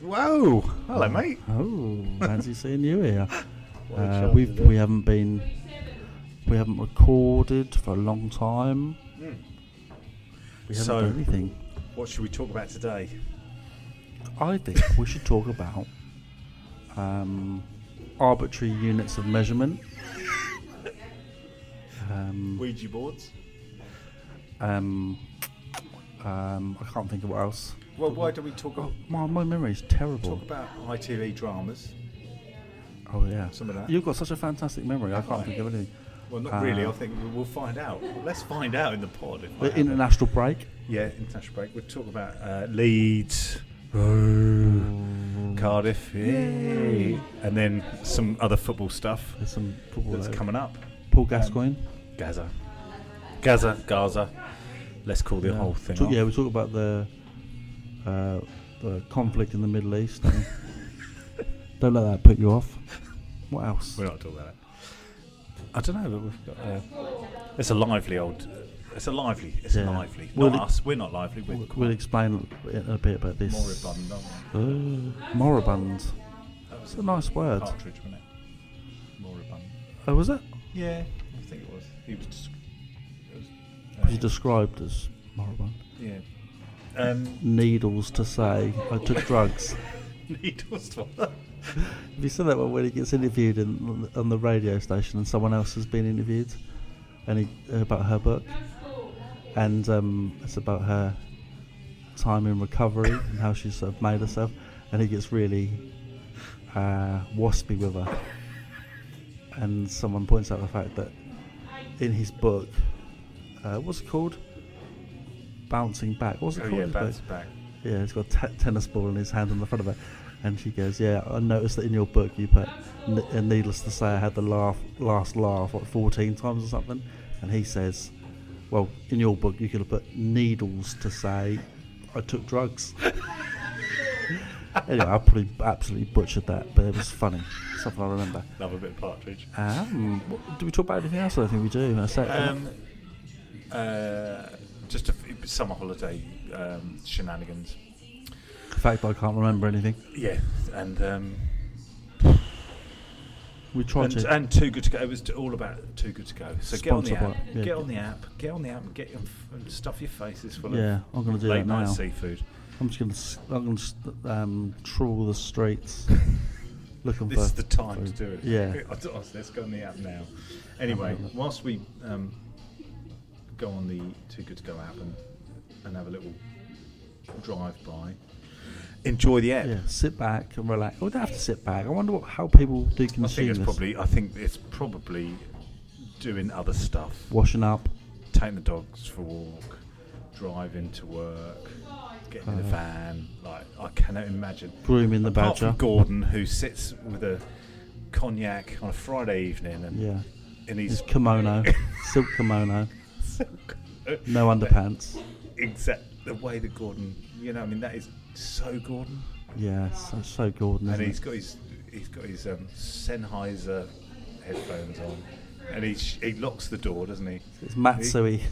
Whoa! Hello, mate. Oh, fancy seeing you here. What a Uh, chance we've it is. we haven't been we haven't recorded for a long time. We haven't So- done anything. What should we talk about today? I think we should talk about um, arbitrary units of measurement. Um, Ouija boards. um, um, I can't think of what else. Well, why don't we talk, Oh, my, my memory is terrible. talk about ITV dramas? Oh yeah, Some of that. You've got such a fantastic memory. I can't think of anything. Well, not really. Uh, I think we- we'll find out. Let's find out in the pod. If I The have it. international break. yeah, international break. We'll talk about uh, Leeds, Cardiff, yay. and then some other football stuff There's some football. that's there. coming up. Paul Gascoigne. Gaza, Gaza, Gaza. Let's call the whole thing. Talk- off. yeah, we talk about the uh, the conflict in the Middle East. Don't, don't let that put you off. What else? We're not talking about it. I don't know, but we've got. Uh, it's a lively old. It's a lively. It's a Yeah. lively. Well, not the- us. We're not lively. We're We'll, we'll explain in a bit about this. moribund. aren't we? Uh, moribund. That was It's a nice word. Partridge, wasn't it? Moribund. Oh, was it? Yeah, I think it was. He was. Just, it was Was he uh, described as moribund? yeah. Um, Needles to say, I took drugs. needles to Have you seen that one when he gets interviewed in, on the radio station and someone else has been interviewed and he, about her book? And um, it's about her time in recovery and how she's sort of made herself. And he gets really uh, waspy with her. And someone points out the fact that in his book, uh, what's it called? Bouncing Back. What's it Oh called? yeah, his book? bounce back. Yeah, he's got a te- tennis ball in his hand on the front of it. And she goes, Yeah, I noticed that in your book you put, n- and needless to say, I had the laugh, last laugh like 14 times or something. And he says, Well, in your book you could have put needles to say I took drugs. anyway, I probably absolutely butchered that, but it was funny. Something I remember. Love a bit of partridge. Um, what, do we talk about anything else? I don't think we do. I say, Um, uh, just a f- summer holiday um, shenanigans. the fact that I can't remember anything. Yeah, and um, We tried and, to. and too good to go. It was t- all about too good to go. So get on the Sponsored app. by- yeah. Get on the app. Get on the app and get your f- and stuff your faces full yeah, I'm going to of do that late now. night seafood. I'm just gonna, s- I'm gonna st- um, trawl the streets looking This for. is the time to do it. Yeah. I thought, "Oh, let's go on the app now. Anyway, whilst we um, go on the Too Good to Go app and, and have a little drive by, enjoy the app. yeah, sit back and relax. We don't have to sit back. I wonder what how people do consume I think it's this. probably. I think it's probably doing other stuff. Washing up. taking the dogs for a walk, driving to work, getting in the Uh, van. Like I cannot imagine. Grooming the Apart from badger. Gordon, who sits with a cognac on a Friday evening and Yeah, in his his kimono, silk kimono, silk. no underpants. Exact the way that Gordon. You know, I mean, that is so Gordon. Yeah, so, so Gordon. And Isn't he's it? got his he's got his um, Sennheiser headphones on, and he sh- he locks the door, doesn't he? It's Matsui.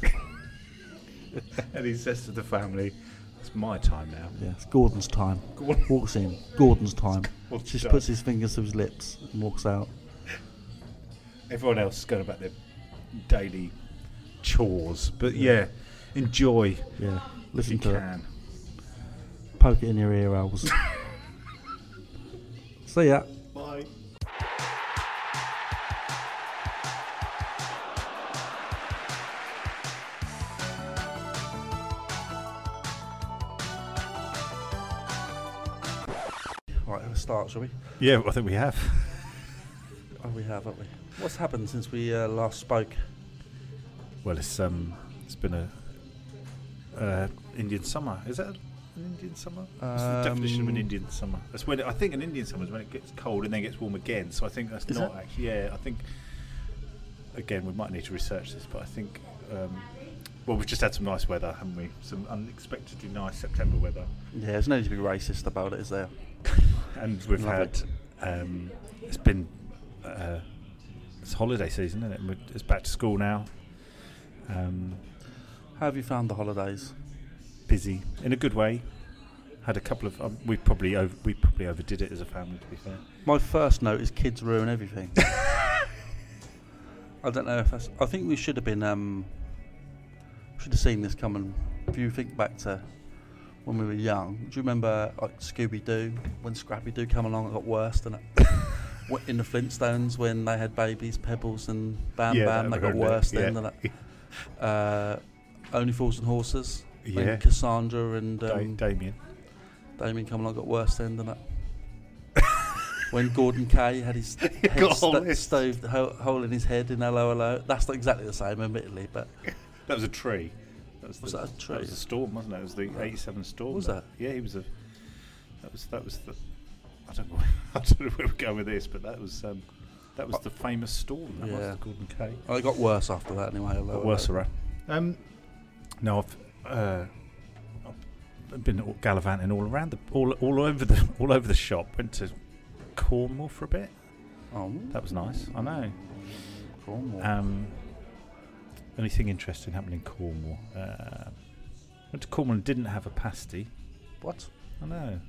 And he says to the family, "It's my time now." yeah, it's Gordon's time. Gordon- Walks in. Gordon's time. Gordon's Just time. puts his fingers to his lips and walks out. everyone else is going about their daily chores. But yeah, enjoy Yeah, if listen you to it. can. poke it in your ear holes. See ya. Bye. Right, let's start, shall we? Yeah, I think we have. Oh, we have, haven't we? What's happened since we uh, last spoke? Well, it's um, it's been a uh, Indian summer. Is that an Indian summer? What's the definition of an Um, Indian summer? That's when it, I think an Indian summer is when it gets cold and then gets warm again. So I think that's Is not it? actually. Yeah, I think. Again, we might need to research this, but I think. Um, well, we've just had some nice weather, haven't we? Some unexpectedly nice September weather. Yeah, there's no need to be racist about it, is there? And we've had, Lovely. um, it's been, uh, it's holiday season, isn't it? And we're- It's back to school now. Um, How have you found the holidays? busy in a good way. Had a couple of. Um, we probably over, we probably overdid it as a family. To be fair. My first note is kids ruin everything. I don't know if that's. I think we should have been. Um, should have seen this coming. If you think back to when we were young, do you remember like Scooby Doo when Scrappy Doo came along? It got worse than it. What, in the Flintstones when they had babies, Pebbles and Bam Yeah, Bam, that they got horrendous, worse then. yeah. than that. Uh, Only Fools and Horses. when Yeah. Cassandra and Da- um, Damien. Damien come along got worse then than that. when Gordon Kay had his head got a whole st- list. stoved ho- hole in his head in Hello Hello. That's not exactly the same, admittedly, but That was a tree. That was, Was the, that a tree? was the storm, wasn't it? It was the Right. '87 storm. Was Yeah, he was a. That was that was the. I don't know. I don't know where we're going with this, but that was um, that was the famous storm. That Uh, Yeah. was the Gordon Kay. oh, it got worse after that anyway. Hello, But worse Hello. around. Um, no, I've, uh, I've been all- gallivanting all around the all, all over the all over the shop. Went to Cornwall for a bit. Oh, That was nice. I know. Cornwall. Um, anything interesting happened in Cornwall? Uh, went to Cornwall and didn't have a pasty. what? I know.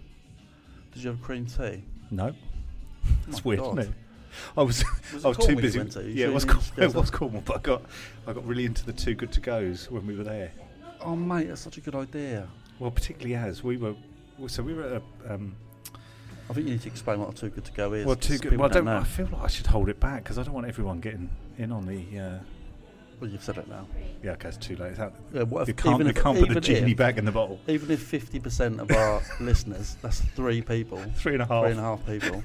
Did you have cream tea? No. That's My weird, God. isn't it? I was Was I was it too Cornwall you busy. went to? You yeah, sure it was you didn't Cornwall. It go was to- Cornwall, but I got I got really into the two good to goes when we were there. Oh, mate, that's such a good idea. Well, particularly as we were. well, So we were at a. Um, I think you need to explain what a too good to go is. well, 'cause too good. people Well, I don't. know. I feel like I should hold it back because I don't want everyone getting in on the. Uh, Well, you've said it now. yeah, okay, it's too late. It's out- Yeah, what if, you can't. even You if, can't put the even genie if, back in the bottle. Even if 50% of our listeners, that's three people, Three and a half. three and a half people.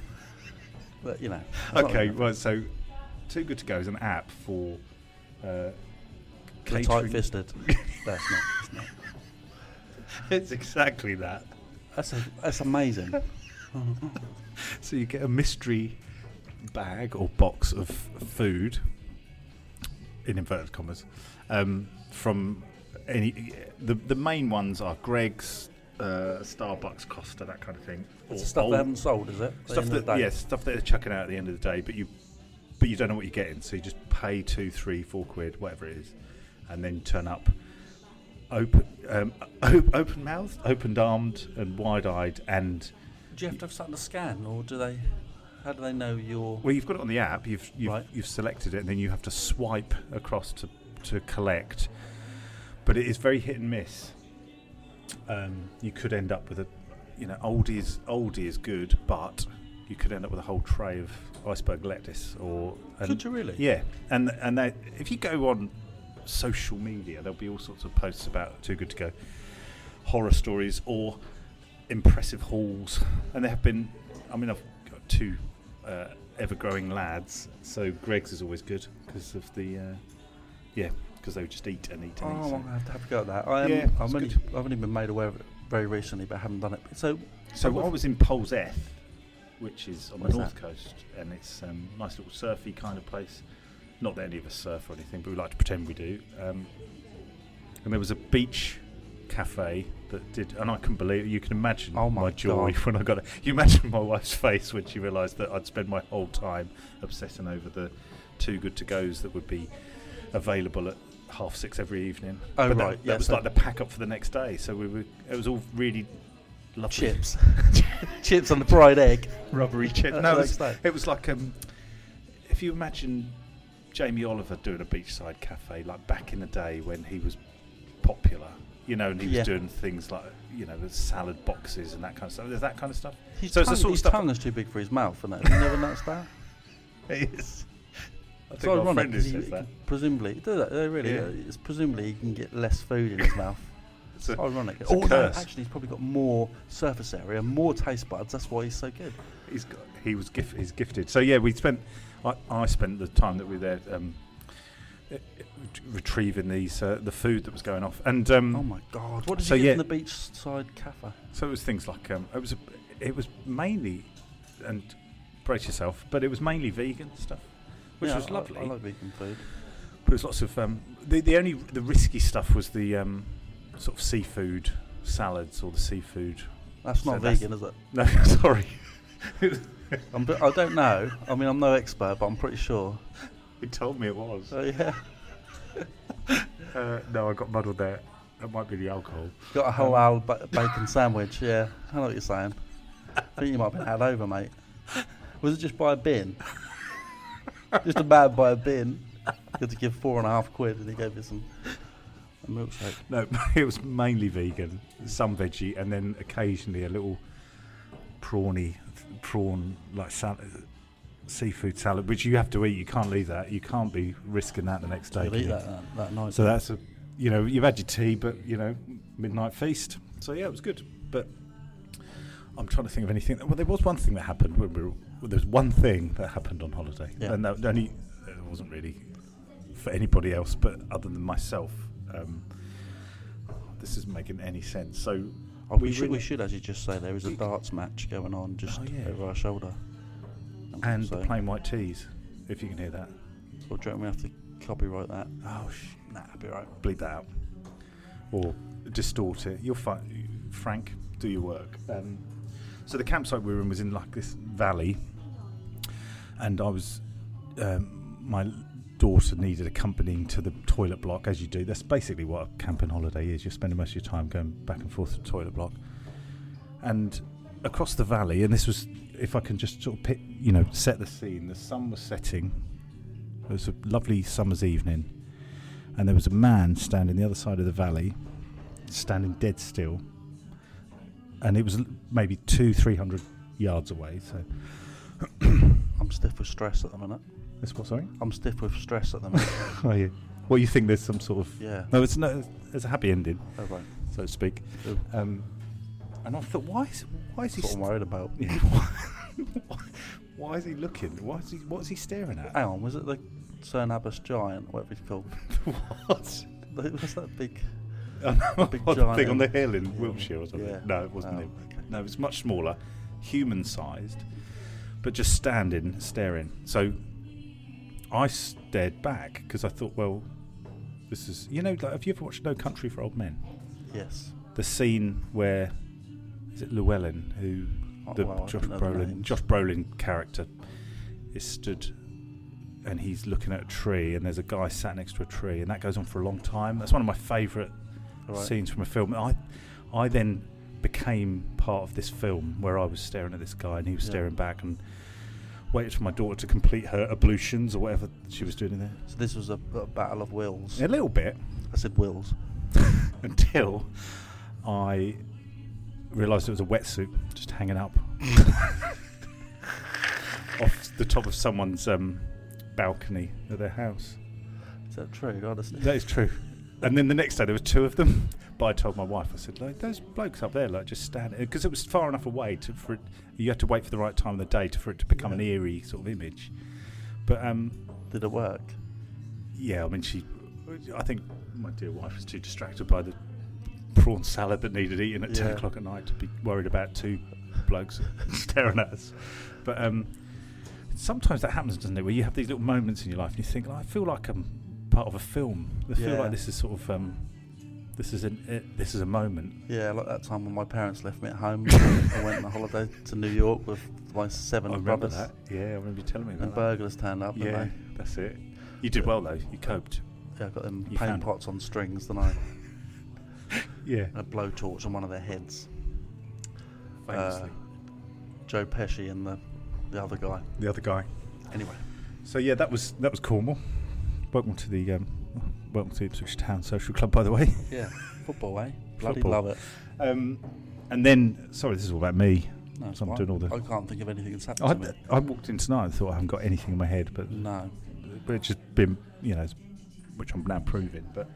But, you know. that's not Oh. Okay, enough. right. So, Too Good to Go is an app for uh, You're tight fisted. that's not. That's, not. it's exactly that. That's, a, that's amazing. So you get a mystery bag or box of food, in inverted commas, um, from any. The the main ones are Greg's, uh, Starbucks, Costa, that kind of thing. It's Or the stuff old- they haven't sold, is it? At the Oh. stuff end of that the day. yeah, stuff that they're chucking out at the end of the day, but you but you don't know what you're getting, so you just pay two, three, four quid, whatever it is, and then turn up open um, op- open mouthed, open armed, and wide eyed, and Do you have to have something to scan, or do they. How do they know you're. well, you've got it on the app, you've you've, Right. you've selected it, and then you have to swipe across to to collect, but it is very hit and miss. Um, you could end up with a you know oldie is oldie is good, but you could end up with a whole tray of iceberg lettuce or and- Could you really? Yeah, and and they, if you go on social media, there'll be all sorts of posts about Too Good to Go, horror stories or impressive hauls, and there have been. I mean, I've got two uh, ever-growing lads, so Greg's is always good because of the, uh, yeah, because they would just eat and eat Oh, and eat. I'm so- going to have to have a go at that. I am, Yeah, I'm it's only, good. Oh, I've only been made aware of it very recently, but haven't done it. So, So I was in Polseth, which is on the Where's north that? coast, and it's a um, nice little surfy kind of place. Not that any of us surf or anything, but we like to pretend we do. Um, and there was a beach cafe that did, and I couldn't believe it. You can imagine Oh my my, joy God. when I got it. You imagine my wife's face when she realised that I'd spend my whole time obsessing over the two good to goes that would be available at half six every evening. Oh, But that- right, that, yeah, was so- like the pack up for the next day. So we were, it was all really lovely chips. chips on the fried egg. rubbery chip. That's No, what it was, they say. it was like um, if you imagine Jamie Oliver doing a beachside cafe, like back in the day when he was popular, you know, and he was Yeah. doing things like you know the salad boxes and that kind of stuff. There's that kind of stuff. His, So it's the tongue, sort of his stuff- tongue is too big for his mouth, isn't it? Have you never noticed that? It is. I It's think my ironic friend who 'cause he, says he that. can- presumably, do that, they really, Yeah. uh, it's presumably he can get less food in his mouth. It's It's a- ironic. it's a Oh no, curse. actually, he's probably got more surface area, more taste buds. That's why he's so good. he's got, he was gift, he's gifted. So yeah, we spent I, I spent the time that we were there um, eh, eh, retrieving these uh, the food that was going off and um, Oh my god! What did So you get yeah. from the beachside cafe? So it was things like um, it was a, it was mainly and brace yourself, but it was mainly vegan stuff, which Yeah, was I- lovely. I, like vegan food. There was lots of um, the the only the risky stuff was the um, sort of seafood salads or the seafood. That's not So that's- vegan, is it? No, sorry, I'm, bi- I don't know. I mean, I'm no expert, but I'm pretty sure. he told me it was. So yeah, Uh, no, I got muddled there. That might be the alcohol. Got a whole owl ba- bacon sandwich. Yeah, I know what you're saying. I think you might have been had over, mate. Was it just by a bin? just a man by a bin. You had to give four and a half quid, and he gave you some a milkshake. No, it was mainly vegan, some veggie, and then occasionally a little prawny prawn like sal- seafood salad, which you have to eat. You can't leave that. You can't be risking that the next day. You'll can eat you? that, that that night. So that's a, you know, you've had your tea, but you know, midnight feast. So yeah, it was good. But I'm trying to think of anything. Well, there was one thing that happened when we were. Well, there was one thing that happened on holiday, Yeah. and that only it wasn't really for anybody else, but other than myself. Um, this isn't making any sense. So Oh, we, should, were- we should actually just say there is a darts match going on just Oh, yeah. over our shoulder. and so, the plain white teas, if you can hear that. Or do you reckon we have to copyright that? Oh, sh- Nah, it'll be right. bleed that out or distort it. You're fi- Frank, do your work. Um, so the campsite we were in was in like this valley, and I was um, my daughter needed accompanying to the toilet block as you do. That's basically what a camping holiday is. You're spending most of your time going back and forth to the toilet block, and across the valley. And this was, if I can just sort of pick, you know, set the scene. The sun was setting. It was a lovely summer's evening, and there was a man standing the other side of the valley, standing dead still, and it was l- maybe two, three hundred yards away. So I'm stiff with stress at the minute. that's what. Sorry, I'm stiff with stress at the minute. are you? Well, Oh, you think there's some sort of yeah. no? It's no. There's a happy ending, Oh, right. so to speak. Ooh. Um, and I thought, why is why is he? That's what I'm worried about. st- why, why is he looking? Why is he? What is he staring at? Hang on, was it the Cernabus Giant, whatever it's called? what? What's that big? A big thing giant. on the hill in Wiltshire or something. Yeah. No, it wasn't Oh, him. okay. No, it was much smaller, human sized, but just standing, staring. So I stared back because I thought, well, this is, you know, like, have you ever watched No Country for Old Men? Yes. The scene where, is it Llewellyn, who, Oh, the wow, I Josh, don't know the Brolin, names. Josh Brolin character is stood and he's looking at a tree and there's a guy sat next to a tree and that goes on for a long time. That's one of my favourite All right. scenes from a film. I, I then became part of this film where I was staring at this guy and he was Yeah. staring back and waited for my daughter to complete her ablutions or whatever she was doing in there. So this was a, a battle of wills. A little bit I said wills. until I realised it was a wetsuit just hanging up off the top of someone's um, balcony at their house. Is that true? Honestly. That is true. And then the next day there was two of them. But I told my wife, I said, like, those blokes up there, like, just stand because it was far enough away to for it. You had to wait for the right time of the day to, for it to become an Yeah. eerie sort of image. But um, Did it work? yeah, I mean, she, I think my dear wife was too distracted by the prawn salad that needed eating at ten Yeah. o'clock at night to be worried about two blokes staring at us. But um, sometimes that happens, doesn't it? Where you have these little moments in your life and you think, "Like, I feel like I'm part of a film. I feel Yeah. like this is sort of um, this is an it, this is a moment. Yeah, like that time when my parents left me at home. I went on a holiday to New York with my seven I remember brothers. that. Yeah, I remember you telling me And about that. burglars turned up, Yeah, didn't that's it. You did well though. You coped. they? Yeah, I got them You paint found it. pots on strings, didn't I? Yeah, And a blowtorch on one of their heads. famously. Joe Pesci and the, the other guy. Uh, the other guy. Anyway, So yeah, that was that was Cornwall. Welcome to the um, welcome to Ipswich Town Social Club, by the way. yeah, football, eh? Bloody Football. love it. Um, and then, sorry, this is all about me. No, it's So I'm fine. doing all I the. can't think of anything that's happened Oh, I, to me. I walked in tonight and thought I haven't got anything in my head, but No. but it's just been you know, it's- which I'm now proving. But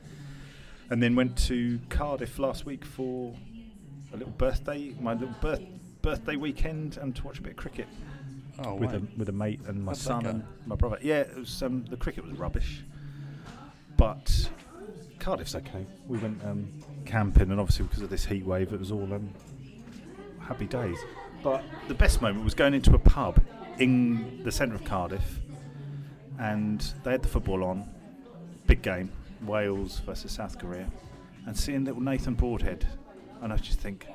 and then went to Cardiff last week for a little birthday, my little birth, birthday weekend, and to watch a bit of cricket Oh, with a wait. with a mate and my How'd that son go? and my brother. Yeah, it was um, the cricket was rubbish, but Cardiff's okay. We went um, camping, and obviously because of this heat wave, it was all um, happy days. But the best moment was going into a pub in the centre of Cardiff, and they had the football on, big game, Wales versus South Korea, and seeing little Nathan Broadhead, and I just think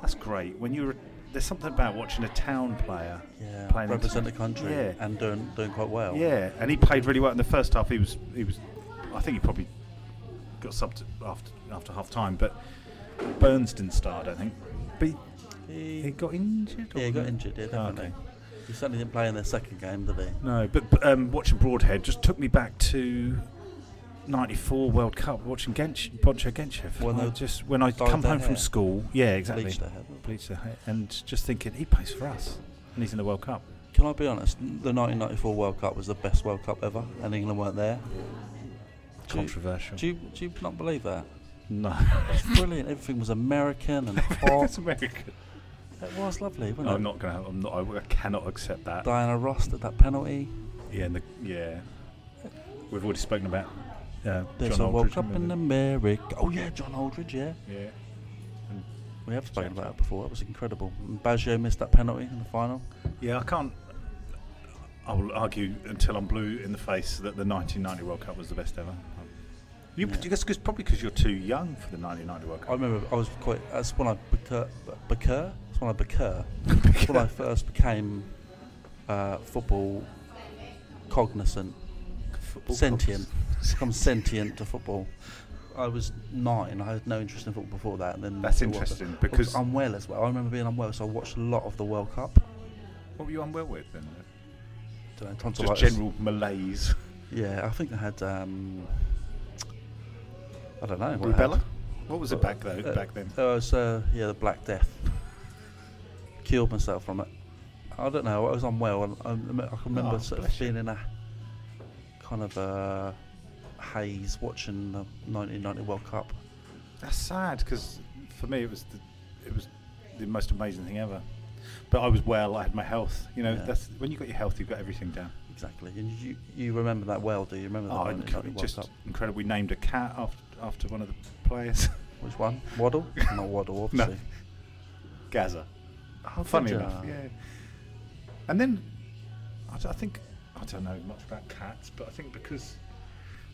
that's great. When you're there's something about watching a town player Yeah, playing represent the inter- country Yeah. and doing doing quite well. Yeah, and he played really well in the first half. He was he was, I think he probably got subbed after after half time, but Burns didn't start. I don't think. But he, He, he got injured. yeah, he got or- injured, yeah, Oh, definitely. okay. He certainly didn't play in their second game, did he? No, but but, um, watching Broadhead just took me back to '94 World Cup. Watching Gench, Boncho Genchev. When When I they just when I dyed come their home hair. from school, yeah, exactly. Bleached their head. Bleached their hair. and just thinking he plays for us, and he's in the World Cup. Can I be honest? The 1994 World Cup was the best World Cup ever, and England weren't there. Do you- Controversial. Do you, do you not believe that? no, It's brilliant. Everything was American and hot. it's American. it was lovely, wasn't it? I'm not gonna. I'm not. I, I cannot accept that. Diana Ross did that penalty. Yeah, and the, yeah. We've already spoken about uh, There's John a World Aldridge. Cup in remember? America. Oh yeah, John Aldridge. Yeah, yeah. we have spoken about that before. That was incredible. And Baggio missed that penalty in the final. Yeah, I can't. I will argue until I'm blue in the face that the 1990 World Cup was the best ever. You, Yeah. That's cause, probably because you're too young for the 1990 World I Cup. remember I was quite. That's when I becur. Becur. That's when I becur. that's when I first became uh, football cognizant, Football sentient. clubs. Become sentient to football. I was nine. I had no interest in football before that. And then That's it was- interesting I was because unwell as well. I remember being unwell, so I watched a lot of the World Cup. what were you unwell with then? Don't know, Just tonsillitis. general malaise. Yeah, I think I had. Um, I don't know. what I Rubella. had. What was it back though? Uh, back then. Oh, it was uh, yeah, the Black Death. Killed myself from it. I don't know. I was unwell, and I, rem- I can remember Oh, sort of bless you. being in a kind of a haze watching the 1990 World Cup. That's sad because for me it was the, it was the most amazing thing ever. But I was well. I had my health. You know, Yeah. that's when you got your health, you've got everything down. Exactly, and you you remember that well, do you? Remember that Oh, 1990 inc- World just Cup? incredible. We named a cat after after one of the players. Which one? Waddle? Not Waddle, No. obviously. Gaza. Oh, Funny did enough, ya? yeah. And then I, d- I think I don't know much about cats, but I think because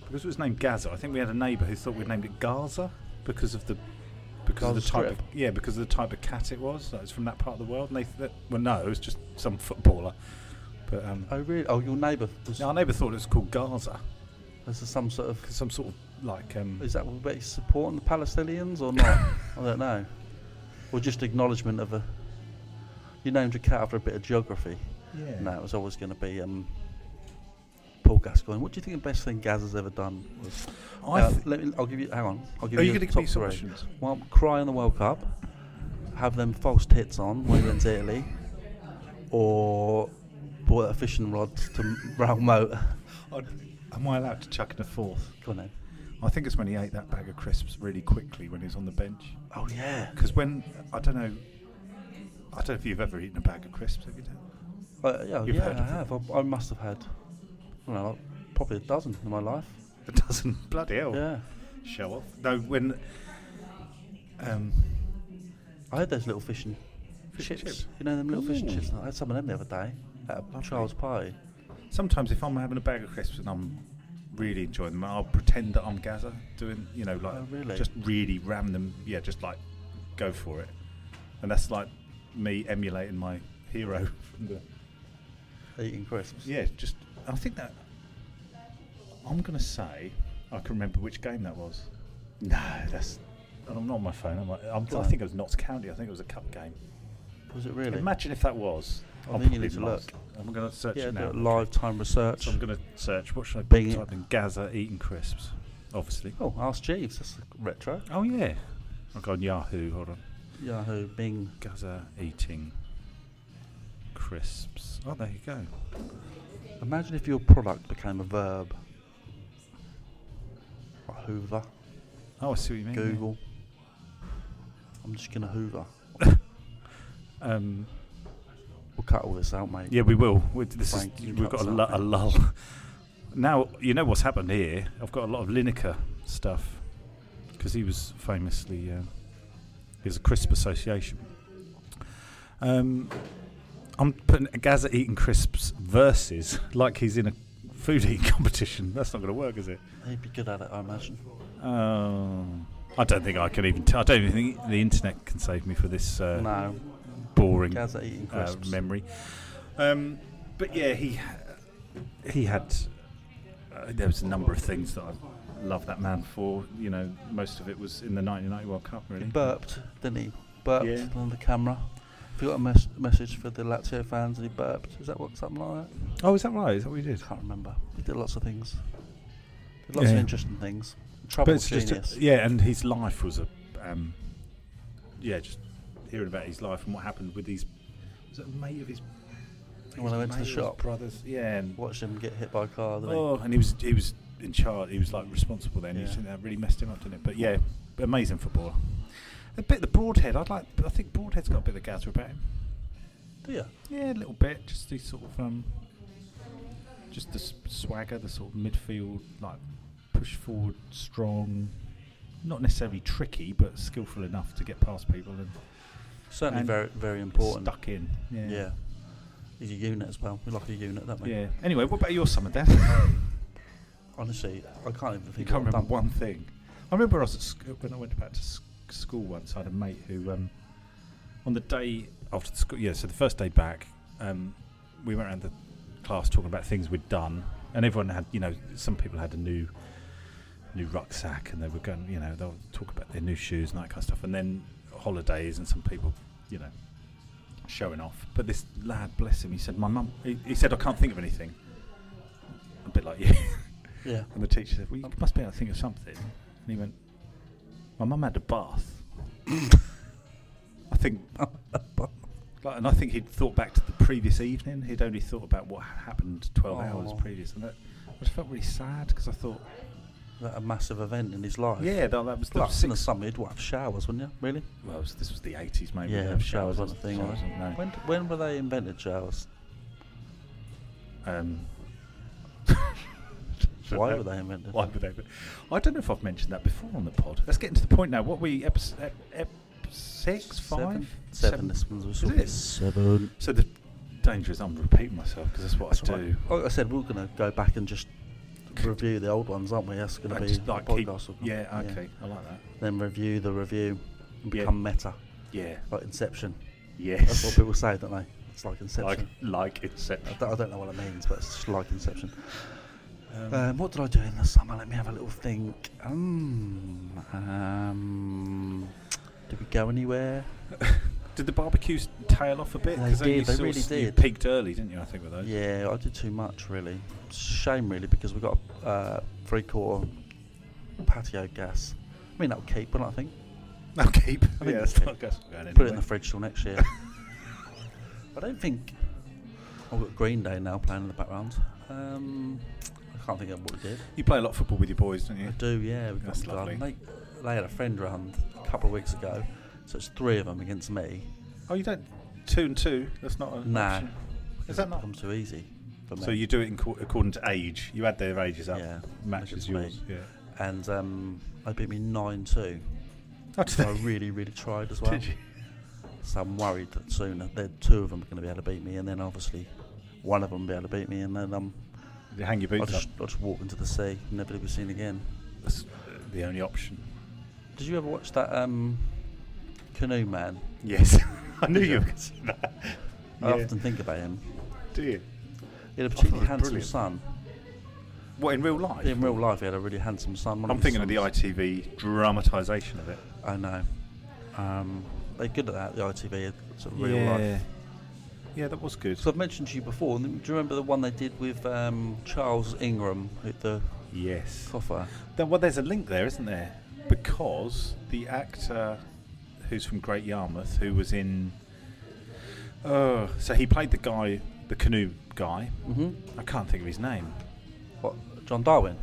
because it was named Gaza, I think we had a neighbour who thought we'd named it Gaza because of the because of Gaza the type of, Strip. yeah because of the type of cat it was. That was from that part of the world. And they th- well no, it was just some footballer. But um, Oh really? Oh, your neighbour was our neighbour thought it was called Gaza was there some sort of 'cause some sort of like um, Is that what he's supporting the Palestinians or not? I don't know. Or just acknowledgement of a. You named a cat after a bit of geography. yeah No, it was always going to be um, Paul Gascoigne. What do you think the best thing Gaz has ever done? Was? I Uh, th- let me. I'll give you. Hang on. I'll give Are Oh, you, you going to the give top me some three. options? Well, cry in the World Cup. Have them false tits on when he went to Italy, or bought a fishing rod to Raul Motor. Am I allowed to chuck in a fourth? Come on then. I think it's when he ate that bag of crisps really quickly when he was on the bench. Oh yeah. Because when I don't know, I don't know if you've ever eaten a bag of crisps. Have you done? Uh, yeah, You've yeah, heard I of have. I, I must have had, I don't know, probably a dozen in my life. A dozen. Bloody hell. Yeah, Show off. No, when. Um, I had those little fish and Fish and chips. chips. You know them little fish and Ooh. chips. I had some of them the other day at a child's party. sometimes if I'm having a bag of crisps and I'm really enjoying them, I'll pretend that I'm Gaza doing, you know, like Oh, really? just really ram them. Yeah, just like go for it. And that's like me emulating my hero from the Eating crisps. Yeah, just I think that I'm gonna say I can remember which game that was. No, that's I'm not on my phone. am I? I'm, I Right. think it was Notts County. I think it was a cup game. Was it really? Imagine if that was. I I'm think you need probably to lost. I'm gonna search yeah, it do now. it live time research. So I'm gonna search. What should I Bing it. type in? Gaza eating crisps, obviously. Oh, Ask Jeeves. That's retro. Oh yeah. I'll go on Yahoo. Hold on. Yahoo, Bing. Gaza eating crisps. Oh, there you go. Imagine if your product became a verb. Like Hoover, Oh, I see what you mean. yeah. Google. I'm just gonna Hoover. Um, We'll cut all this out, mate. Yeah, we will. we this is, Frank, you we've got a, cut lu- a something. lull. Now you know what's happened here. I've got a lot of Lineker stuff because he was famously uh, he was a crisp association. Um, I'm putting a Gaza eating crisps versus like he's in a food eating competition. That's not going to work, is it? He'd be good at it, I imagine. Oh, I don't think I can even. T- I don't even think the internet can save me for this uh, no, boring Gaz are eating uh, crisps. memory. Um, but yeah, he he had uh, there was a number of things that I love that man for. You know, most of it was in the 1990 World Cup, really. burped, didn't he? Burped Yeah. on the camera. If you got a mes- message for the Lazio fans, and he burped. Is that what something like that? Oh, is that right? Is that what you did? I can't remember. He did lots of things. Did lots Yeah. of interesting things. But Trouble it's genius. just yeah, and his life was a um, yeah, just hearing about his life and what happened with these was it a mate of his When I went to mate the or his shop. brothers yeah and Watched him get hit by a car. didn't he? oh and he was he was in charge he was like responsible then Yeah. yeah. that really messed him up didn't it but yeah amazing footballer a bit the Broadhead I'd like I think Broadhead's got a bit of gather about him Do you? yeah a little bit just these sort of um just the s- swagger the sort of midfield like push forward strong not necessarily tricky but skillful enough to get past people and Certainly And very, very get important. stuck in yeah Yeah. He's a unit as well. We like a unit, don't we? Yeah. anyway what about your summer Dan Honestly, I can't even you think can't what I've remember one thing I remember I was at sc- when I went back to sc- school once I had a mate who um on the day after the school yeah so the first day back um we went around the class talking about things we'd done and everyone had you know some people had a new new rucksack and they were going you know they'll talk about their new shoes and that kind of stuff and then holidays and some people you know showing off but this lad bless him he said my mum he, he said I can't think of anything a bit like you done. Yeah. and the teacher said, Well, you must be able to think of something. And he went, My mum had a bath. I think. Like, and I think he'd thought back to the previous evening. He'd only thought about what had happened 12 hours Aw. previous. And that, I just felt really sad because I thought, That a massive event in his life. yeah, that, that was the Like, in the six. summer, you'd have showers, wouldn't you? Really? Well, it was- this was the 80s, maybe. Yeah, They had showers wasn't a thing, showers, wasn't no. When, when were they invented, showers? Um, Why were they invented? Why would they? But I don't know if I've mentioned that before on the pod. Let's get into the point now. What we episode ep, ep, six, five, Seven. Seven. Seven. This one's was Is sort of it? seven. So the danger is I'm repeating myself because that's what That's I all do. right. Like I said, we're going to go back and just review the old ones, aren't we? That's going I to be just, a like, keep- podcast. or- yeah, okay, I like that. Then review the review and Yeah. become meta, Yeah, like Inception. That's what yes. people say, don't they? It's like Like, Inception. like I, Inception. don't, I don't know what it means, but it's just like Inception. Um, Um, what did I do in the summer? Let me have a little think. Um, um, did we go anywhere? did the barbecues tail off a bit? They 'Cause then did, you they sort of really s- You did. peaked early, didn't you? I think with those. Yeah, I did too much really. Shame really because we got a uh, three quarter patio gas. I mean that'll keep, wouldn't I think? No, keep. I mean, yeah, that's not that's not going Put it in the anywhere. fridge till next year. I don't think I've got Green Day now playing in the background. Um, I can't think of what we did. You play a lot of football with your boys, don't I you? do, yeah. We've That's got the garden. They, they had a friend round a couple of weeks ago, so it's three of them against me. Oh, you don't two and two. That's not an Nah. option. Is that It not? becomes too easy for me? So you do it in co- according to age. You add their ages up. yeah, Matches which is me. yours. Yeah. And um, they beat me nine two. Oh, did So I they? really, really tried as well. Did you? So I'm worried that soon that there- two of them are going to be able to beat me, and then obviously one of them will be able to beat me, and then um, Did you hang your I'll, boots just, up? I'll just walk into the sea, never to be seen again. That's the only option. Did you ever watch that um, Canoe Man? Yes, I knew Did you you? were going to say that. I often think about him. Do you? He had a I thought it particularly was handsome brilliant. son. What in real life? In real life, he had a really handsome son. One I'm his thinking of the sons- ITV dramatisation of it. I know. Um, they're good at that, the ITV, sort of real life. Yeah, that was good. So I've mentioned to you before, and do you remember the one they did with um, Charles Ingram at the yes. coffer? Then, well, there's a link there, isn't there? Because the actor who's from Great Yarmouth, who was in. Oh, so he played the guy, the canoe guy. hmm I can't think of his name. What? John Darwin?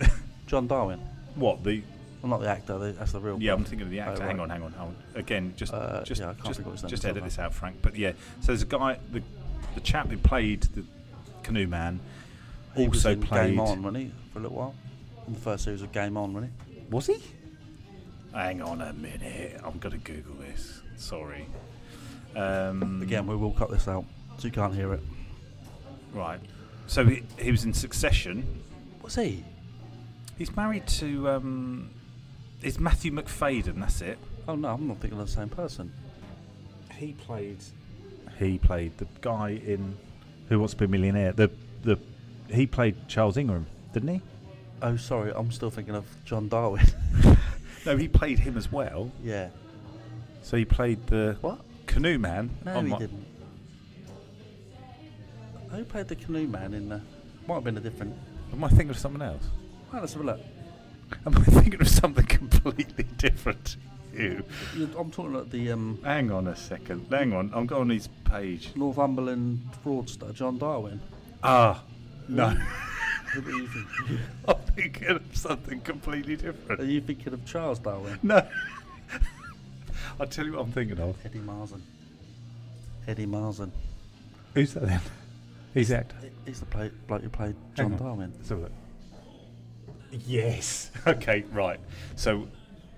John Darwin. What the? Well, not the actor, the, that's the real. Yeah, I'm thinking of the actor. Oh, Hang right. on, hang on. I'll, again, just Uh, just yeah, I can't just, think what his name just is, edit I this out, Frank. But yeah, so there's a guy, the the chap who played the canoe man, He was also in played. Game On, wasn't he, for a little while? In the first series of Game On, wasn't he? Was he? Hang on a minute. I'm going to Google this. Sorry. Um, Again, we will cut this out, so you can't hear it. Right. So he, he was in Succession. Was he? He's married to. Um, it's Matthew McFadden, that's it. Oh no, I'm not thinking of the same person. He played. He played the guy in Who Wants to Be a Millionaire. The the he played Charles Ingram, didn't he? Oh, sorry, I'm still thinking of John Darwin. No, he played him as well. yeah. So he played the What? canoe man. No, on he Mo- didn't. Who played the canoe man in the? Might have been a different. Am I thinking of something else? Well, let's have a look. Am I thinking of something completely different? Ew. You- I'm talking about the um, Hang on a second. Hang on. I'm going on his page. Northumberland fraudster John Darwin. Ah, no. Who are you thinking? I'm thinking of something completely different. Are you thinking of Charles Darwin? No. I'll tell you what I'm thinking of. Eddie Marzen. Eddie Marzen. Who's that then? He's the actor. He- He's the play, bloke who played John on. Darwin. Let's have a look. uh, Yes. Okay, right. So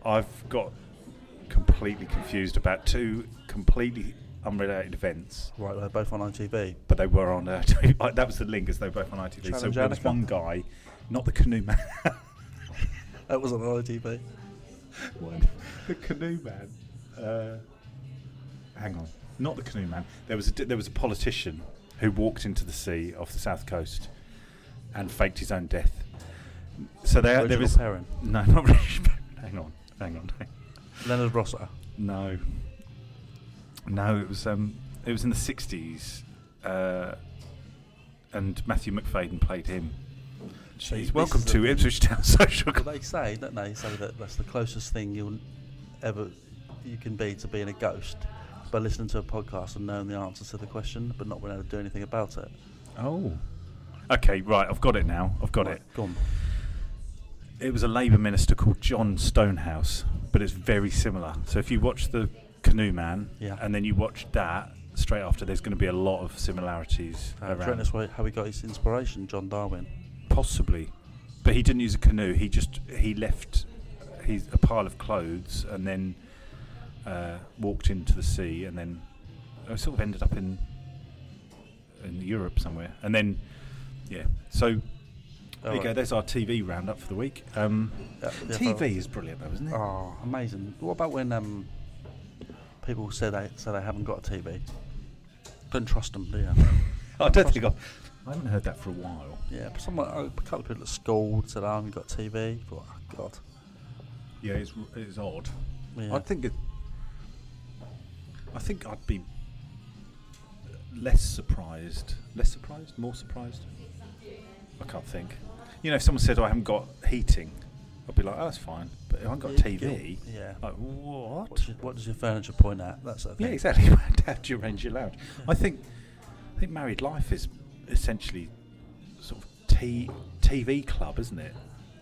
I've got completely confused about two completely unrelated events, Right, they're both on ITV. but they were on. Uh, that was the link, as they were both on ITV. so Challenge there was Annika. one guy, not the canoe man. That was on ITV. one. The canoe man. Uh, hang on, not the canoe man. There was a, there was a politician who walked into the sea off the south coast and faked his own death. So there, there Reginald is Perrin. no, not Richard. Perrin. Hang on, hang on. hang on. Leonard Rosser. No, no. It was um, it was in the sixties, uh, and Matthew McFadden played him. This Jeez, is welcome the- to Ipswich Town Social Well, Club. they say, don't they? Say that that's the closest thing you'll ever you can be to being a ghost by listening to a podcast and knowing the answer to the question, but not being able to do anything about it. Oh. Okay, right. I've got it now. I've got Right, it. Go on. It was a Labour minister called John Stonehouse, but it's very similar. So if you watch the Canoe Man, Yeah. and then you watch that straight after, there's going to be a lot of similarities Uh, do you reckon around. that's where- how he got his inspiration, John Darwin. Possibly, but he didn't use a canoe. He just he left he's a pile of clothes and then uh, walked into the sea and then I sort of ended up in in Europe somewhere. And then yeah, so there you Alright. go. There's our TV roundup for the week. Um, Yeah, yeah, but- TV is brilliant though, isn't it? Oh, amazing. What about when um, people say they say they haven't got a TV? Don't trust them, do you? I don't think I've, I haven't heard that for a while. yeah, but someone, a couple of people at school said I haven't got a TV. Thought, oh God. Yeah, it's it's odd. Yeah. I think it. I think I'd be less surprised, less surprised, more surprised. I can't think. You know, if someone said "Oh, I haven't got heating, I'd be like, oh, that's fine. But if I haven't got Yeah, TV, guilt, yeah. like what? What's your, what does your furniture point at? That sort of Oh. Yeah, thing. exactly. How do you arrange your lounge? I think I think married life is essentially sort of t- TV club, isn't it?